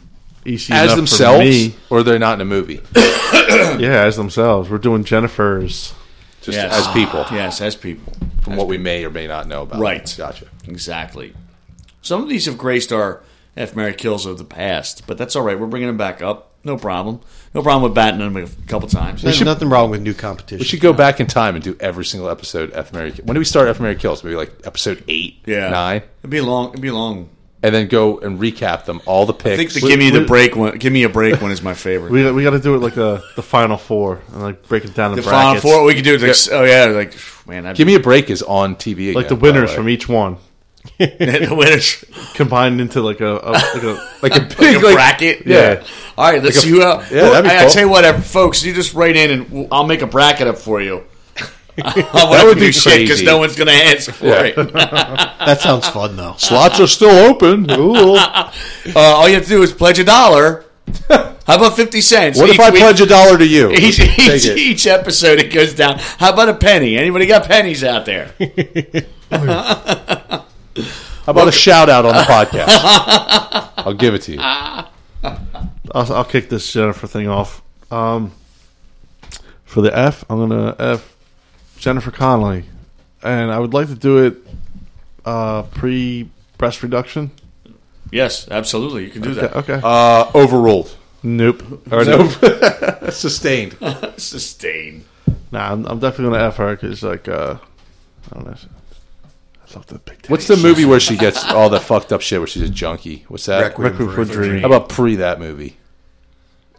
C: Easy
B: As
C: enough for
B: themselves,
C: me.
B: or they're not in a movie.
C: Yeah, as themselves. We're doing Jennifer's.
B: Just
A: Yes.
B: as people,
A: Yes, as people.
B: from what we may or may not know about.
A: Right.
B: Gotcha.
A: Exactly. Some of these have graced our F Mary Kills of the past. But that's all right. We're bringing them back up. No problem. No problem with batting them a couple times.
D: There's nothing wrong with new
B: We
D: competition.
B: should go back in time and do every single episode F Mary. When do we start F Mary Kills? Maybe like episode eight,
A: Yeah,
B: nine,
A: It'd be long. It'd be long.
B: and then go and recap them all the picks.
A: I think the give me the break one. Give me a break one is my favorite.
C: We, we got to do it like the, the final four and like break it down in
A: the final
C: brackets.
A: four we could do. Like, Oh yeah, like man, that'd
B: Give me a break is on TV again.
C: like the
B: by
C: winners
B: way.
C: from E- each one
A: be the winners.
C: combined into like a, a, like a
B: like a
A: Like
B: big
A: a
B: like,
A: bracket.
B: yeah.
A: All right, let's see who. Uh,
B: yeah, that'd be
A: I, I
B: cool.
A: tell you what, uh, folks, you just write in and we'll, I'll make a bracket up for you. that
B: would be
A: because
B: crazy.
A: no one's gonna answer for it. Uh,
D: That sounds fun though.
B: Slots are still open. Ooh.
A: Uh, all you have to do is pledge a dollar. How about fifty cents?
B: What if
A: each
B: I
A: week?
B: pledge a dollar to you?
A: Each,
B: Take
A: each,
B: it.
A: each episode it goes down. How about a penny? Anybody got pennies out there?
B: How about a shout out on the podcast? I'll give it to you.
C: I'll, I'll kick this Jennifer thing off. Um, for the F, I'm gonna F Jennifer Connelly, and I would like to do it uh, pre breast reduction.
A: Yes, absolutely. You can do that.
C: Okay.
B: Uh, overruled.
C: nope. Or nope.
B: Sustained.
A: Sustain.
C: Nah, I'm, I'm definitely gonna F her because like uh, I don't know. I love the big.
B: What's the movie where she gets all that fucked up shit where she's a junkie? What's that?
C: Requiem for a Dream?
B: How about pre that movie?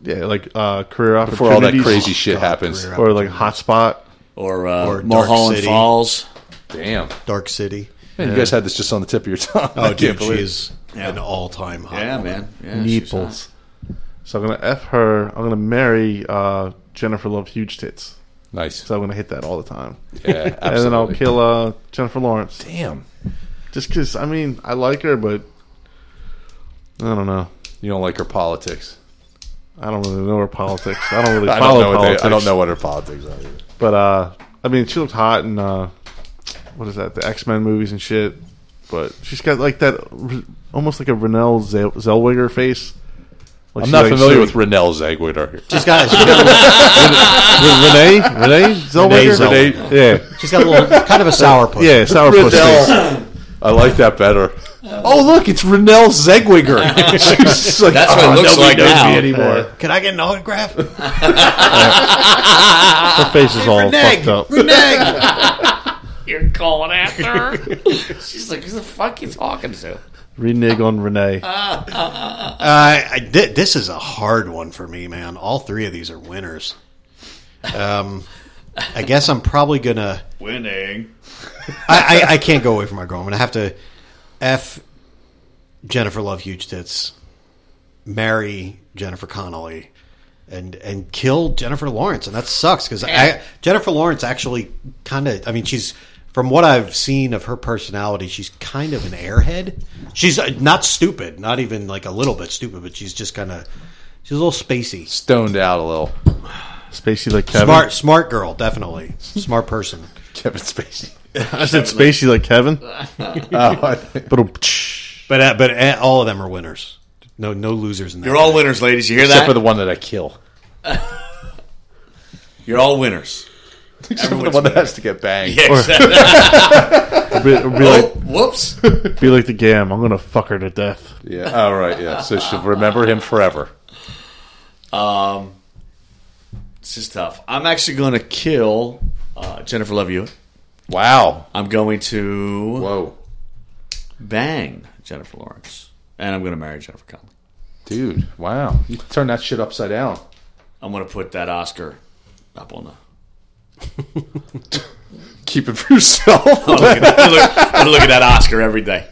C: Yeah, like uh, career opportunities
B: Before all that crazy shit happens.
D: career
C: or like hotspot.
A: Or, uh,
D: Or Dark
A: Mulholland
D: City.
A: Falls.
B: Damn.
D: Dark City.
B: Man, you guys had this just on the tip of your tongue. I
D: Oh,
B: can't
D: dude,
B: believe
D: she is an all-time hot.
A: Yeah,
D: woman.
A: man. Yeah, she's hot.
C: Naples. So I'm gonna F her. I'm gonna marry uh, Jennifer Love Huge Tits.
B: it. Nice.
C: So I'm gonna hit that all the time.
B: Yeah, absolutely.
C: And then I'll kill uh, Jennifer Lawrence.
B: Damn.
C: Just because, I mean, I like her, but I don't know.
B: You don't like her politics.
C: I don't really know her politics. I don't really
B: I
C: follow
B: don't, know what
C: politics.
B: they, I don't know what her politics are. either.
C: But, uh, I mean, she looked hot in, uh, what is that, the X Men movies and shit. But she's got like that, r- almost like a Renelle Zel- Zellweger face. Like
B: I'm
C: she's
B: not
C: like-
B: familiar
C: so-
B: with Renelle Zagwitter.
D: She's got, she's got a little,
C: Renee? Renee Zellweger?
D: Renee
C: Yeah.
D: she's got a little kind of a sour puss.
C: Yeah, sourpuss face.
B: Renelle. I like that better. Oh, look, it's Renelle Zegwiger. She's like,
A: That's what it
B: "Oh,
A: looks
B: nobody
A: like
B: knows
A: now."
B: me anymore.
D: Can I get an autograph?
C: Her face is all fucked up.
D: Reneg.
A: You're calling after her? She's like, who the fuck you talking to?
C: Reneg on Renee.
D: Uh, I, thi- this is a hard one for me, man. All three of these are winners. Um, I guess I'm probably gonna.
A: Winning.
D: I, I, I can't go away from my girl. I'm gonna have to f Jennifer Love Huge Tits, marry Jennifer Connolly, and and kill Jennifer Lawrence, and that sucks because Jennifer Lawrence actually kind of. I mean, she's from what I've seen of her personality, she's kind of an airhead. She's uh, not stupid, not even like a little bit stupid, but she's just kind of she's a little spacey.
B: Stoned out a little.
C: Spacey like Kevin.
D: Smart, smart girl, definitely smart person.
B: Kevin Spacey.
C: I said spacey like Kevin.
B: Oh, I think-
C: But except
D: But uh, but uh, all of them are winners. No no losers in that.
A: You're all winners, ladies. You hear
B: Except
A: that?
B: for the one that I kill.
A: You're all winners.
B: Except for the
A: Everyone's
B: one that
A: winning.
B: has to get banged.
A: Yeah, exactly.
C: be, it'd be
A: oh,
C: like
A: whoops.
C: be like the gam. I'm gonna fuck her to death.
B: Yeah. All right. Yeah. So she'll remember him forever.
A: Um, this is tough. I'm actually going to kill uh, Jennifer Love Hewitt.
B: Wow.
A: I'm going to
B: Whoa.
A: bang Jennifer Lawrence. And I'm going to marry Jennifer Connelly.
B: Dude. Wow. You turn that shit upside down.
A: I'm going to put that Oscar up on the.
B: Keep it for yourself.
A: I look at, I look, I look at that Oscar every day.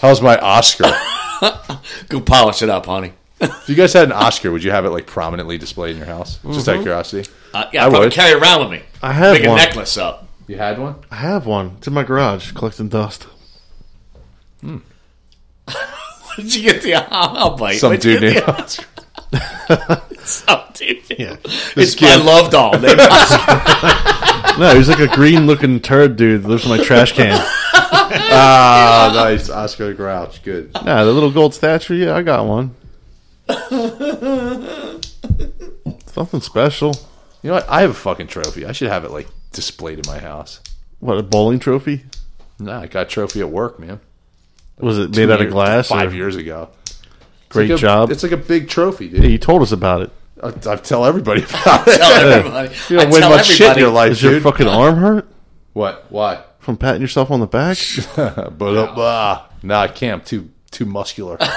B: How's my Oscar?
A: Go polish it up, honey.
B: If you guys had an Oscar, would you have it like prominently displayed in your house? Just out of curiosity.
A: Uh, yeah,
B: I
A: I probably
B: would.
A: carry it around with me.
C: I have
A: Make
C: one.
A: a necklace up.
B: You had one?
C: I have one. It's in my garage collecting dust.
A: Did you get the I'll bite?
B: Some
A: Where'd you
B: dude
A: get
B: named
A: the- Some dude.
D: Yeah.
A: It's my love doll. Named Oscar.
C: No, he's like a green looking turd dude that lives in my trash can.
B: Ah, nice. Oscar the Grouch. Good.
C: Nah, the little gold statue. Yeah, I got one. Something special.
B: You know what? I have a fucking trophy. I should have it like displayed in my house.
C: What a bowling trophy.
B: Nah, I got a trophy at work, man.
C: Was it made out of
B: years-
C: glass?
B: Five
C: or-
B: years ago. It's
C: Great
B: like a-
C: job.
B: It's like a big trophy,
C: Yeah,
B: dude.
C: you told us about it.
B: I, I tell everybody about it.
A: Tell everybody.
B: You don't
A: I
B: win
A: tell
B: much shit in
A: everybody.
B: your life,
C: Is your
B: dude.
C: fucking arm hurt
B: what? Why?
C: from patting yourself on the back?
B: But uh, ah, nah, I can't. I'm too too muscular.
C: Yeah.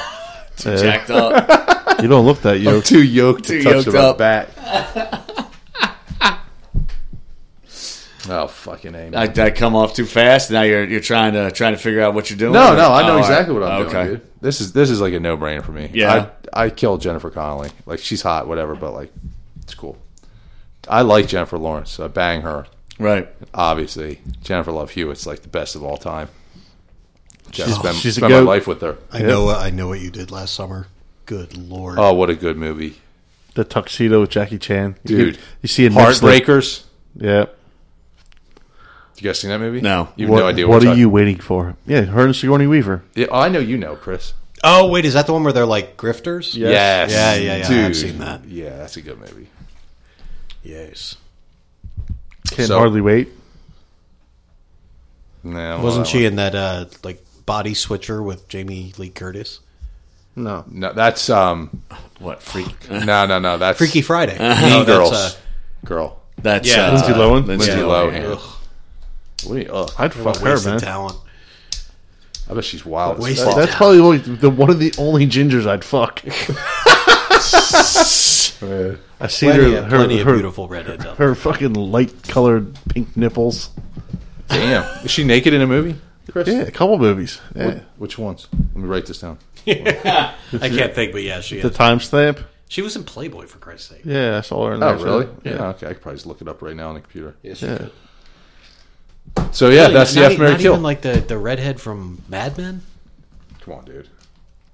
A: Jacked up.
C: You don't look that yoked.
B: too yoked to
A: Too
B: touch
A: yoked
B: my
A: up.
B: back. oh fucking amen.
A: I, I come off too fast. Now you're you're trying to trying to figure out what you're doing.
B: no, no, I know
A: Oh,
B: exactly
A: all
B: what
A: right.
B: I'm doing, dude. This is this is like a no brainer for me.
A: Yeah.
B: I, I kill Jennifer Connelly. Like she's hot, whatever, but like it's cool. I like Jennifer Lawrence. I bang her.
A: Right.
B: Obviously, Jennifer Love Hewitt's like the best of all time. Just
C: She's-
B: spend,
C: she's a
B: spend my
C: goat.
B: life with her.
D: I know. I know what you did last summer. Good lord.
B: Oh, what a good movie,
C: The tuxedo with Jackie Chan, You
B: dude!
C: keep- You see a next lip-
B: Heartbreakers.
C: Yeah.
B: You guys seen that movie?
A: No.
B: you have
C: What,
B: no idea.
C: what
B: we're
C: are
B: talking-
C: you waiting for? Yeah, her and Sigourney Weaver.
B: Yeah, I know you know, Chris.
D: Oh, wait, is that the one where they're like grifters? Yeah.
B: Yes.
D: Yeah, yeah, yeah, I've seen that.
B: Yeah, that's a good movie.
D: Yes.
C: Can't
B: So-
C: hardly wait.
B: No,
D: Wasn't
B: that
D: she in that uh like body switcher with Jamie Lee Curtis?
C: No.
B: one- No, that's um.
A: What freak?
B: No, no, no. That's
D: Freaky Friday.
B: Mean
D: No, that's,
B: Girls.
D: uh,
B: Oh, girl. Oh,
A: That's
D: Yeah,
A: uh,
D: Lindsay
C: Lohan?
A: Lindsay
B: Lindsay
A: Lohan.
B: Lohan.
A: Ugh.
B: What do you? Ugh,
C: I'd fuck
D: what a
C: Oh, her,
D: waste
C: man.
D: of talent.
B: oh, I bet she's wild. as
D: Wasted
B: fuck.
C: That's probably like the one of the only gingers I'd fuck. I see
D: Plenty,
C: her
D: of,
C: her,
D: plenty
C: her,
D: of beautiful redheads out there.
C: her fucking light colored pink nipples.
B: Damn, is she naked in a movie? Chris,
C: Yeah, a couple movies. Yeah.
B: which ones? Let me write this down.
D: I can't think, but yeah, she
C: The
D: is.
C: timestamp.
D: She was in Playboy for Christ's sake.
C: Yeah, I saw her. in
B: Oh,
C: there, so-
B: really?
C: Yeah.
B: Yeah. Okay, I could probably just look it up right now on the computer.
C: Yeah.
B: So yeah, that's
D: not, e-,
B: the F Mary
D: not
B: Kill.
D: even like the, the redhead from Mad Men.
B: Come on, dude.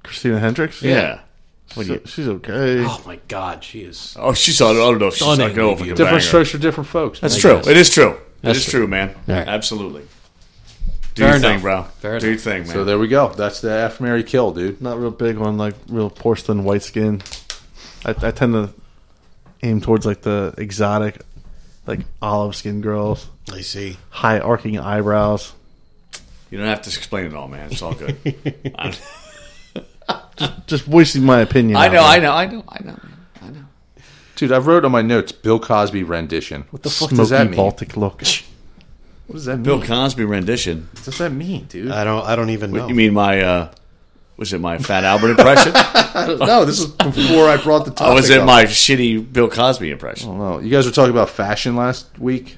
C: Christina Hendricks.
A: Yeah.
C: What do you- she's okay.
D: Oh my God, she is.
A: Oh, she's on. I don't know if she's
D: Stunning
A: not going over
D: review.
A: the
B: Different
A: banger.
B: strokes for different folks.
A: That's true. It is true. That's
D: That's
A: true. man.
D: Alright.
A: Absolutely. Do
D: Fair
A: your thing,
D: enough.
A: bro.
D: Fair
A: Do your thing, man.
B: So there we go. That's the F Mary Kill, dude.
C: Not real big on like real porcelain white skin. I, I tend to aim towards like the exotic, like olive skin girls,
D: I see.
C: high arcing eyebrows.
A: you don't have to explain it all, man. It's all good. I
C: Just voicing my opinion. out
A: know.
C: there.
A: I know. I know. I know. I know.
B: Dude, I wrote on my notes Bill Cosby rendition. What the fuck
C: Smoky
B: does that mean?
C: Baltic look.
B: What does that mean?
A: Bill Cosby rendition.
B: what does that mean, dude?
D: I don't. I don't even know.
A: You mean my? uh Was it my Fat Albert impression?
B: no, this is before I brought the topic.
A: or was it
B: up.
A: my shitty Bill Cosby impression?
B: No, you guys were talking about fashion last week.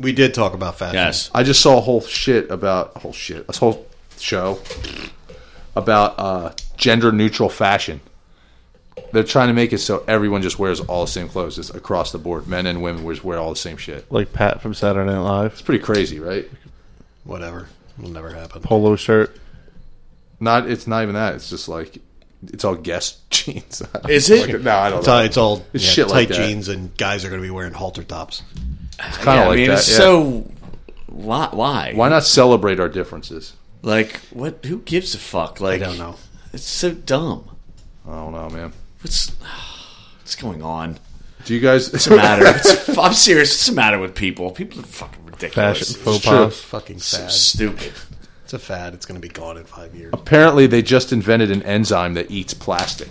D: We did talk about fashion.
A: Yes.
B: I just saw a whole shit about whole shit, this whole show about uh, gender neutral fashion. They're trying to make it so everyone just wears all the same clothes just across the board. Men and women just wear all the same shit.
C: Like Pat from Saturday Night Live,
B: Pretty crazy, right?
D: Whatever. It'll never happen.
C: polo shirt.
B: Not it's not even that. It's just like it's all guest jeans.
A: Is it?
B: Like, no, I don't
D: It's
B: know.
D: all, it's all
B: It's
D: yeah,
B: shit
D: tight
B: like that.
D: jeans, and guys are going to be wearing halter tops.
B: It's kind of
A: I
B: like
A: mean,
B: that.
A: it's
B: yeah.
A: so. Why? Why?
B: Why not celebrate our differences?
A: Like, what? Who gives a fuck?
D: I
A: Like,
D: don't know.
A: It's so dumb.
B: I don't know, man.
A: What's what's going on?
B: Do you guys? It's
A: What's the matter? It's, I'm serious. What's the matter with people? People are fucking ridiculous.
C: Fashion faux
B: true.
C: pas.
D: Fucking
A: So
D: sad.
A: stupid.
D: It's a fad. It's going to be gone in five years.
B: Apparently, they just invented an enzyme that eats plastic.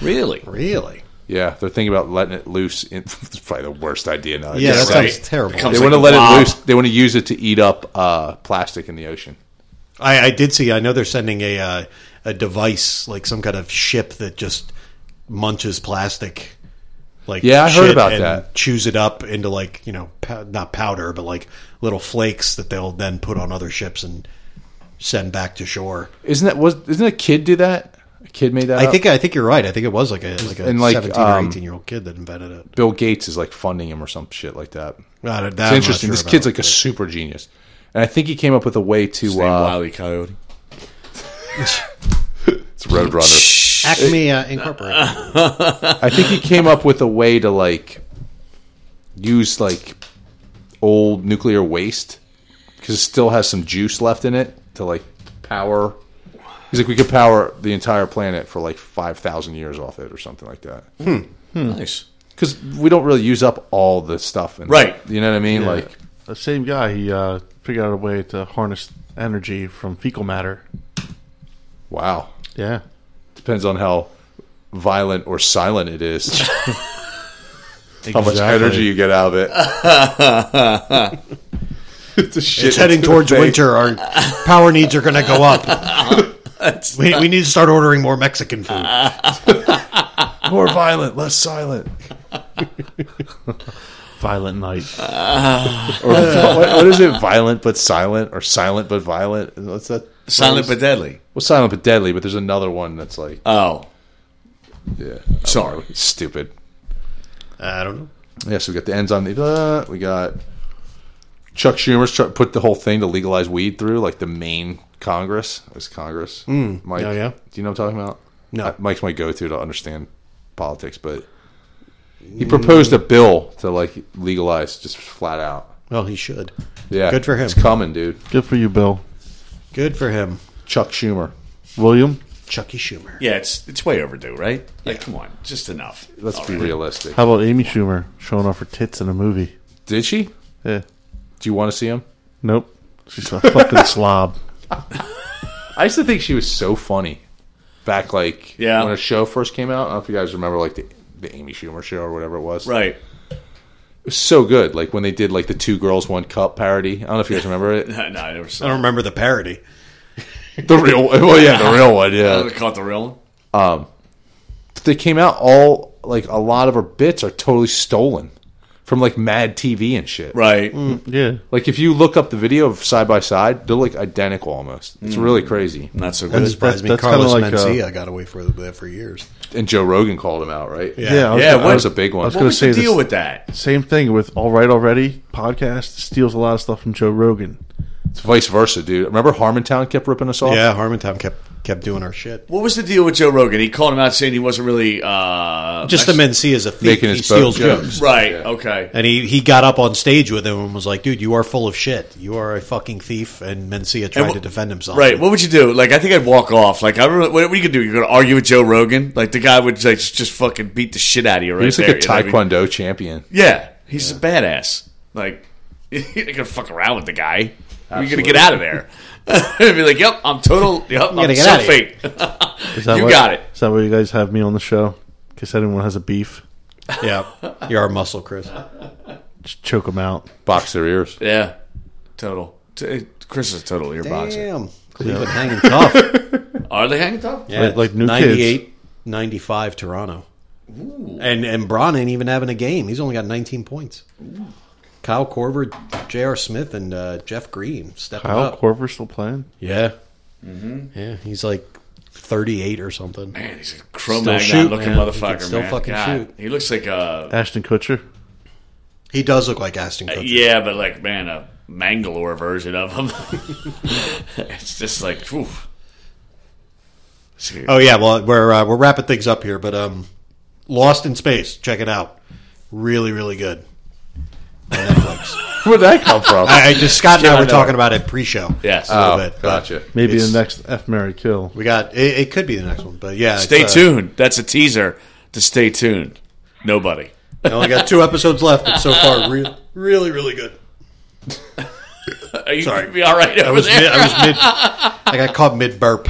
A: Really?
D: Really?
B: Yeah, they're thinking about letting it loose. In, it's probably the worst idea now.
D: Yeah, that
B: Just-
A: right.
D: sounds terrible.
A: Becomes
B: they
A: like
B: want to
A: a
B: let
A: blob.
B: it loose. They want to use it to eat up uh, plastic in the ocean.
D: I, I did see. I know they're sending a uh, a device like some kind of ship that just munches plastic. Like
B: Yeah, I heard
D: shit
B: about
D: and
B: that.
D: Chews it up into like you know pow- not powder but like little flakes that they'll then put on other ships and send back to shore.
B: Isn't that was? Isn't a kid do that? A kid made that.
D: I
B: up?
D: think I think you're right. I think it was like a like a
B: And, like,
D: seventeen
B: um,
D: or eighteen year old kid that invented it.
B: Bill Gates is like funding him or some shit like that.
D: I don't- that
B: It's
D: I'm not
B: interesting.
D: sure
B: this
D: about.
B: kid's like a super genius, and I think he came up with a way to. Uh,
A: Wiley Coyote.
B: it's Roadrunner.
D: Acme uh, Incorporated.
B: Ah, I think he came up with a way to like use like old nuclear waste because it still has some juice left in it to like power. He's like, we could power the entire planet for like five thousand years off it or something like that.
A: Nice.
B: Because we don't really use up all the stuff, in
A: Right.
B: You know what I mean? Like,
C: The same guy, he uh, figured out a way to harness energy from fecal matter.
B: Wow.
C: Yeah.
B: Depends on how violent or silent it is. How much energy you get out of it. it's a shit.
D: It's heading
B: into the
D: towards
B: face.
D: winter. Our power needs are going to go up. we, we need to start ordering more Mexican food.
B: More violent, less silent.
C: Violent night.
B: Or what, what is it? Violent but silent, or silent but violent? What's that?
A: Silent but deadly.
B: Well, silent but deadly. But there's another one that's like,
A: Oh,
B: yeah,
A: sorry.
B: stupid.
D: I don't know.
B: Yeah, so we got the enzyme. Uh, we got Chuck Schumer's tr- put the whole thing to legalize weed through, like the main Congress. It was Congress. Mm, Mike,
D: oh, yeah.
B: do you know what I'm talking about?
D: No.
B: Uh, Mike's my go-to to understand politics, but he proposed a bill to like legalize just flat out.
D: Well, he should.
B: Yeah,
D: Good for him.
B: It's coming, dude.
C: Good for you, Bill.
D: Good for him.
B: Chuck Schumer.
C: William,
D: Chucky Schumer.
A: Yeah, it's it's way overdue, right? Like, come on, just enough.
B: Let's be realistic.
C: how about Amy Schumer showing off her tits in a movie?
B: Did she?
C: Yeah.
B: Do you want to see him?
C: Nope. She's a fucking slob.
B: I used to think she was so funny back like
A: Yeah.
B: when her show first came out. I don't know if you guys remember like the the Amy Schumer show or whatever it was.
A: Right.
B: It was so good. Like when they did like the two girls one cup parody. I don't know if you guys remember it.
A: No, I never
D: I
A: saw.
D: don't remember the parody.
B: the real well yeah, the real one,
A: I
B: yeah.
A: would have caught the real one.
B: They came out all like a lot of her bits are totally stolen from like Mad TV and shit.
A: Right.
B: Mm.
C: Yeah.
B: Like if you look up the video of side by side, they're like identical almost. It's really crazy.
A: Not so good.
D: Surprised me.
C: that's kinda
D: Carlos
C: like, uh,
D: Mencia got away for that for years.
B: And Joe Rogan called him out, right?
D: Yeah.
C: I was
A: Yeah,
C: gonna-
B: That was a big one.
C: I was
A: What
C: gonna
A: was
C: say
A: the
C: this-
A: deal with that?
C: Same thing with All Right Already podcast steals a lot of stuff from Joe Rogan.
B: It's vice versa, dude. Remember Harmontown kept ripping us off?
D: Yeah, Harmontown kept kept doing our shit.
A: What was the deal with Joe Rogan? He called him out saying he wasn't really uh,
D: Just the Mencia is a thief.
B: Oh, Making
D: He
B: his
D: steals
B: boat jokes.
D: jokes.
A: Right. Okay.
D: And he, he got up on stage with him and was like, dude, you are full of shit. You are a fucking thief. And Mencia tried
A: wh-
D: to defend himself.
A: Right. What would you do? Like, I think I'd walk off. Like, I remember, what, what you could do? You're going to argue with Joe Rogan? Like, the guy would like, just, just fucking beat the shit out of you right
B: He's like
A: there,
B: a
A: you know what I mean?
B: Taekwondo champion.
A: Yeah, he's a badass. Like, you're not going to fuck around with the guy. You're going to get out of there. He'd be like, yep, I'm total, yep, I'm,
D: gonna get
A: so
D: outta here.
A: fake.
C: Is that
A: You
C: why-
A: got it.
C: Is that why you guys have me on the show? Because anyone has a beef,
D: Yeah. You're our muscle, Chris.
C: just choke them out.
B: Box their ears.
A: yeah, total. T- Chris is a total earboxer.
D: Damn. Cleveland hanging tough.
A: Are they hanging tough?
D: Yeah,
C: Like- like new
D: 98, 95 Toronto. And and Braun ain't even having a game. He's only got 19 points. Kyle Korver, J.R. Smith, and uh, Jeff Green stepping
C: Kyle
D: up.
C: Korver still playing?
D: yeah. Yeah, he's like 38 or something.
A: Man, he's a cro
D: Still
A: magnon
D: shoot,
A: looking
D: man. He
A: motherfucker,
D: can still
A: man.
D: fucking
A: God,
D: shoot.
A: He looks like a
C: Ashton Kutcher.
D: He does look like Aston Kutcher.
A: Uh, yeah, but like man, a Mangalore version of him. it's just like, whew. See,
D: Oh yeah, well we're uh, we're wrapping things up here, but um, Lost in Space, check it out, really really good. On Netflix.
B: Where'd that come from?
D: I, I just Scott and I
A: I
D: were
A: know.
D: talking about it pre-show.
A: Yes.
D: a little
B: Oh,
D: bit. but
B: gotcha.
C: Maybe
D: It's-
C: the next F Mary Kill.
D: We got it, it. Could be the next one, but yeah, it's,
A: stay
D: uh,
A: tuned. That's a teaser to stay tuned. Nobody.
D: I only got two episodes left, but so far, re- really really good.
A: Are you Sorry. be all right over
D: I was
A: there?
D: mid, I was mid. I got caught mid burp.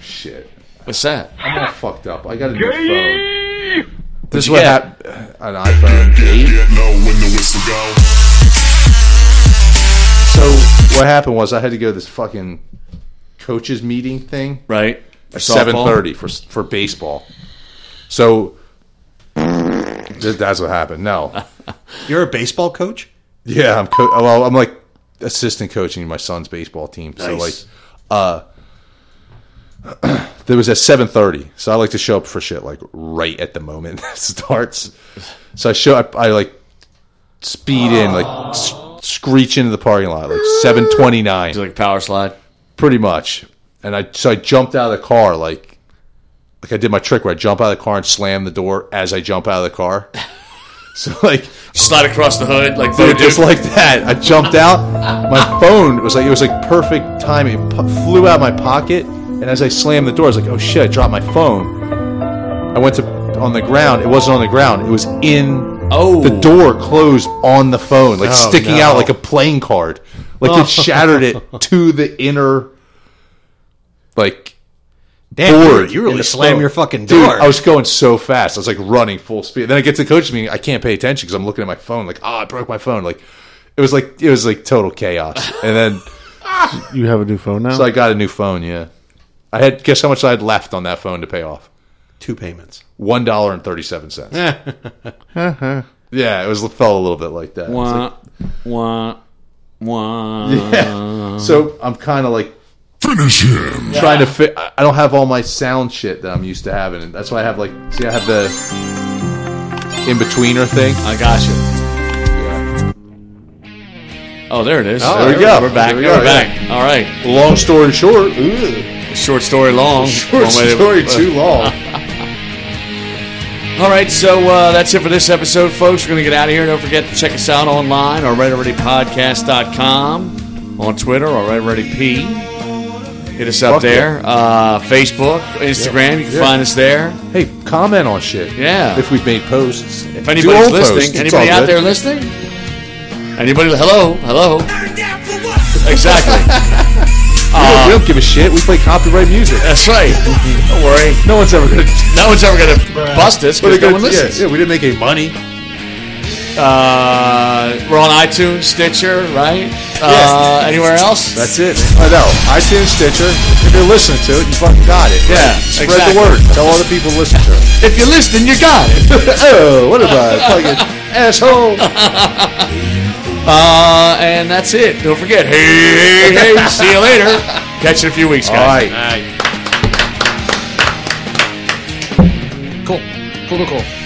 B: Shit.
A: What's that?
B: I'm all fucked up. I got a new phone. This is what happened. An iPhone.
E: Yeah, no, when the whistle go.
B: So what happened was I had to go to this fucking coaches meeting thing
A: Right.
B: at
A: Softball?
B: seven thirty for for baseball. So th- that's what happened. No,
D: You're a baseball coach.
B: yeah, I'm co- well, I'm like assistant coaching my son's baseball team. So
D: Nice.
B: like, uh, there was at seven thirty. So I like to show up for shit like right at the moment it starts. So I show up. I like speed in like. s- Screech into the parking lot like seven twenty nine.
A: Is it like power slide?
B: pretty much. And I so I jumped out of the car like like I did my trick where I jump out of the car and slam the door as I jump out of the car. so like
A: Slide across the hood like
B: dude,
A: voodoo.
B: just like that, I jumped out. My phone was like it was like perfect timing. It pu- flew out of my pocket, and as I slammed the door, I was like, "Oh shit! I dropped my phone." I went to on the ground. It wasn't on the ground. It was in
A: Oh.
B: the door closed on the phone, like
D: Oh,
B: sticking out
D: no.
B: like a playing card. Like it shattered it to the inner, like
D: Damn, you-
B: board.
D: you really
B: in the
D: slam
B: phone.
D: your fucking
B: Dude,
D: door.
B: I was going so fast. I was like running full speed. Then I get to the coach's meeting. I can't pay attention because I'm looking at my phone. Like, ah, I broke my phone. Like, it was like it was like total chaos. And then
C: You have a new phone now.
B: so I got a new phone. Yeah, I had guess how much I had left on that phone to pay off
D: two payments.
B: one dollar and thirty seven cents. yeah, it was it felt a little bit like that. It's like,
A: Wah, wah, wah.
B: Yeah. So I'm kind of like
E: Finish him.
B: trying to fit. I I don't have all my sound shit that I'm used to having, and that's why I have like see I have the in betweener thing.
A: I got you. Oh, there it is.
B: Oh,
A: There
B: there we go.
A: We're back.
B: There
A: We
B: we are,
A: are back. All right.
B: Long story short, ooh,
A: Short story long.
B: short
A: One way to-
B: story too long.
A: All right, so uh, that's it for this episode, folks. We're going to get out of here. Don't forget to check us out online, alreadyreadypodcast.com, on Twitter, alreadyreadyp. Hit us up
B: Fuck yeah.
A: there. Uh, Facebook, Instagram, you can
B: Yeah.
A: find us there.
B: Hey, comment on shit.
A: Yeah.
B: If we've made posts,
A: If anybody's listening, anybody out there
B: listening?
A: listening? Anybody? Hello, hello. Exactly.
B: we don't give a shit. We play copyright music.
A: That's right. Don't worry.
B: No one's ever gonna.
A: No one's ever going to bust us because no one
B: yeah,
A: listens.
B: yeah, we didn't make any money.
A: Uh, we're on iTunes, Stitcher, right? Uh, anywhere else?
B: That's it. I know. iTunes, Stitcher. If you're listening to it, you fucking got it.
A: Yeah,
B: Spread
A: exactly.
B: the word. Tell other people to listen to it.
A: If you're listening, you got it.
B: oh, what about fucking asshole?
A: Uh, and that's it. Don't forget. Hey, hey, hey. See you later. Catch you in a few weeks, guys.
B: All right.
A: Cool. Cool, cool, cool.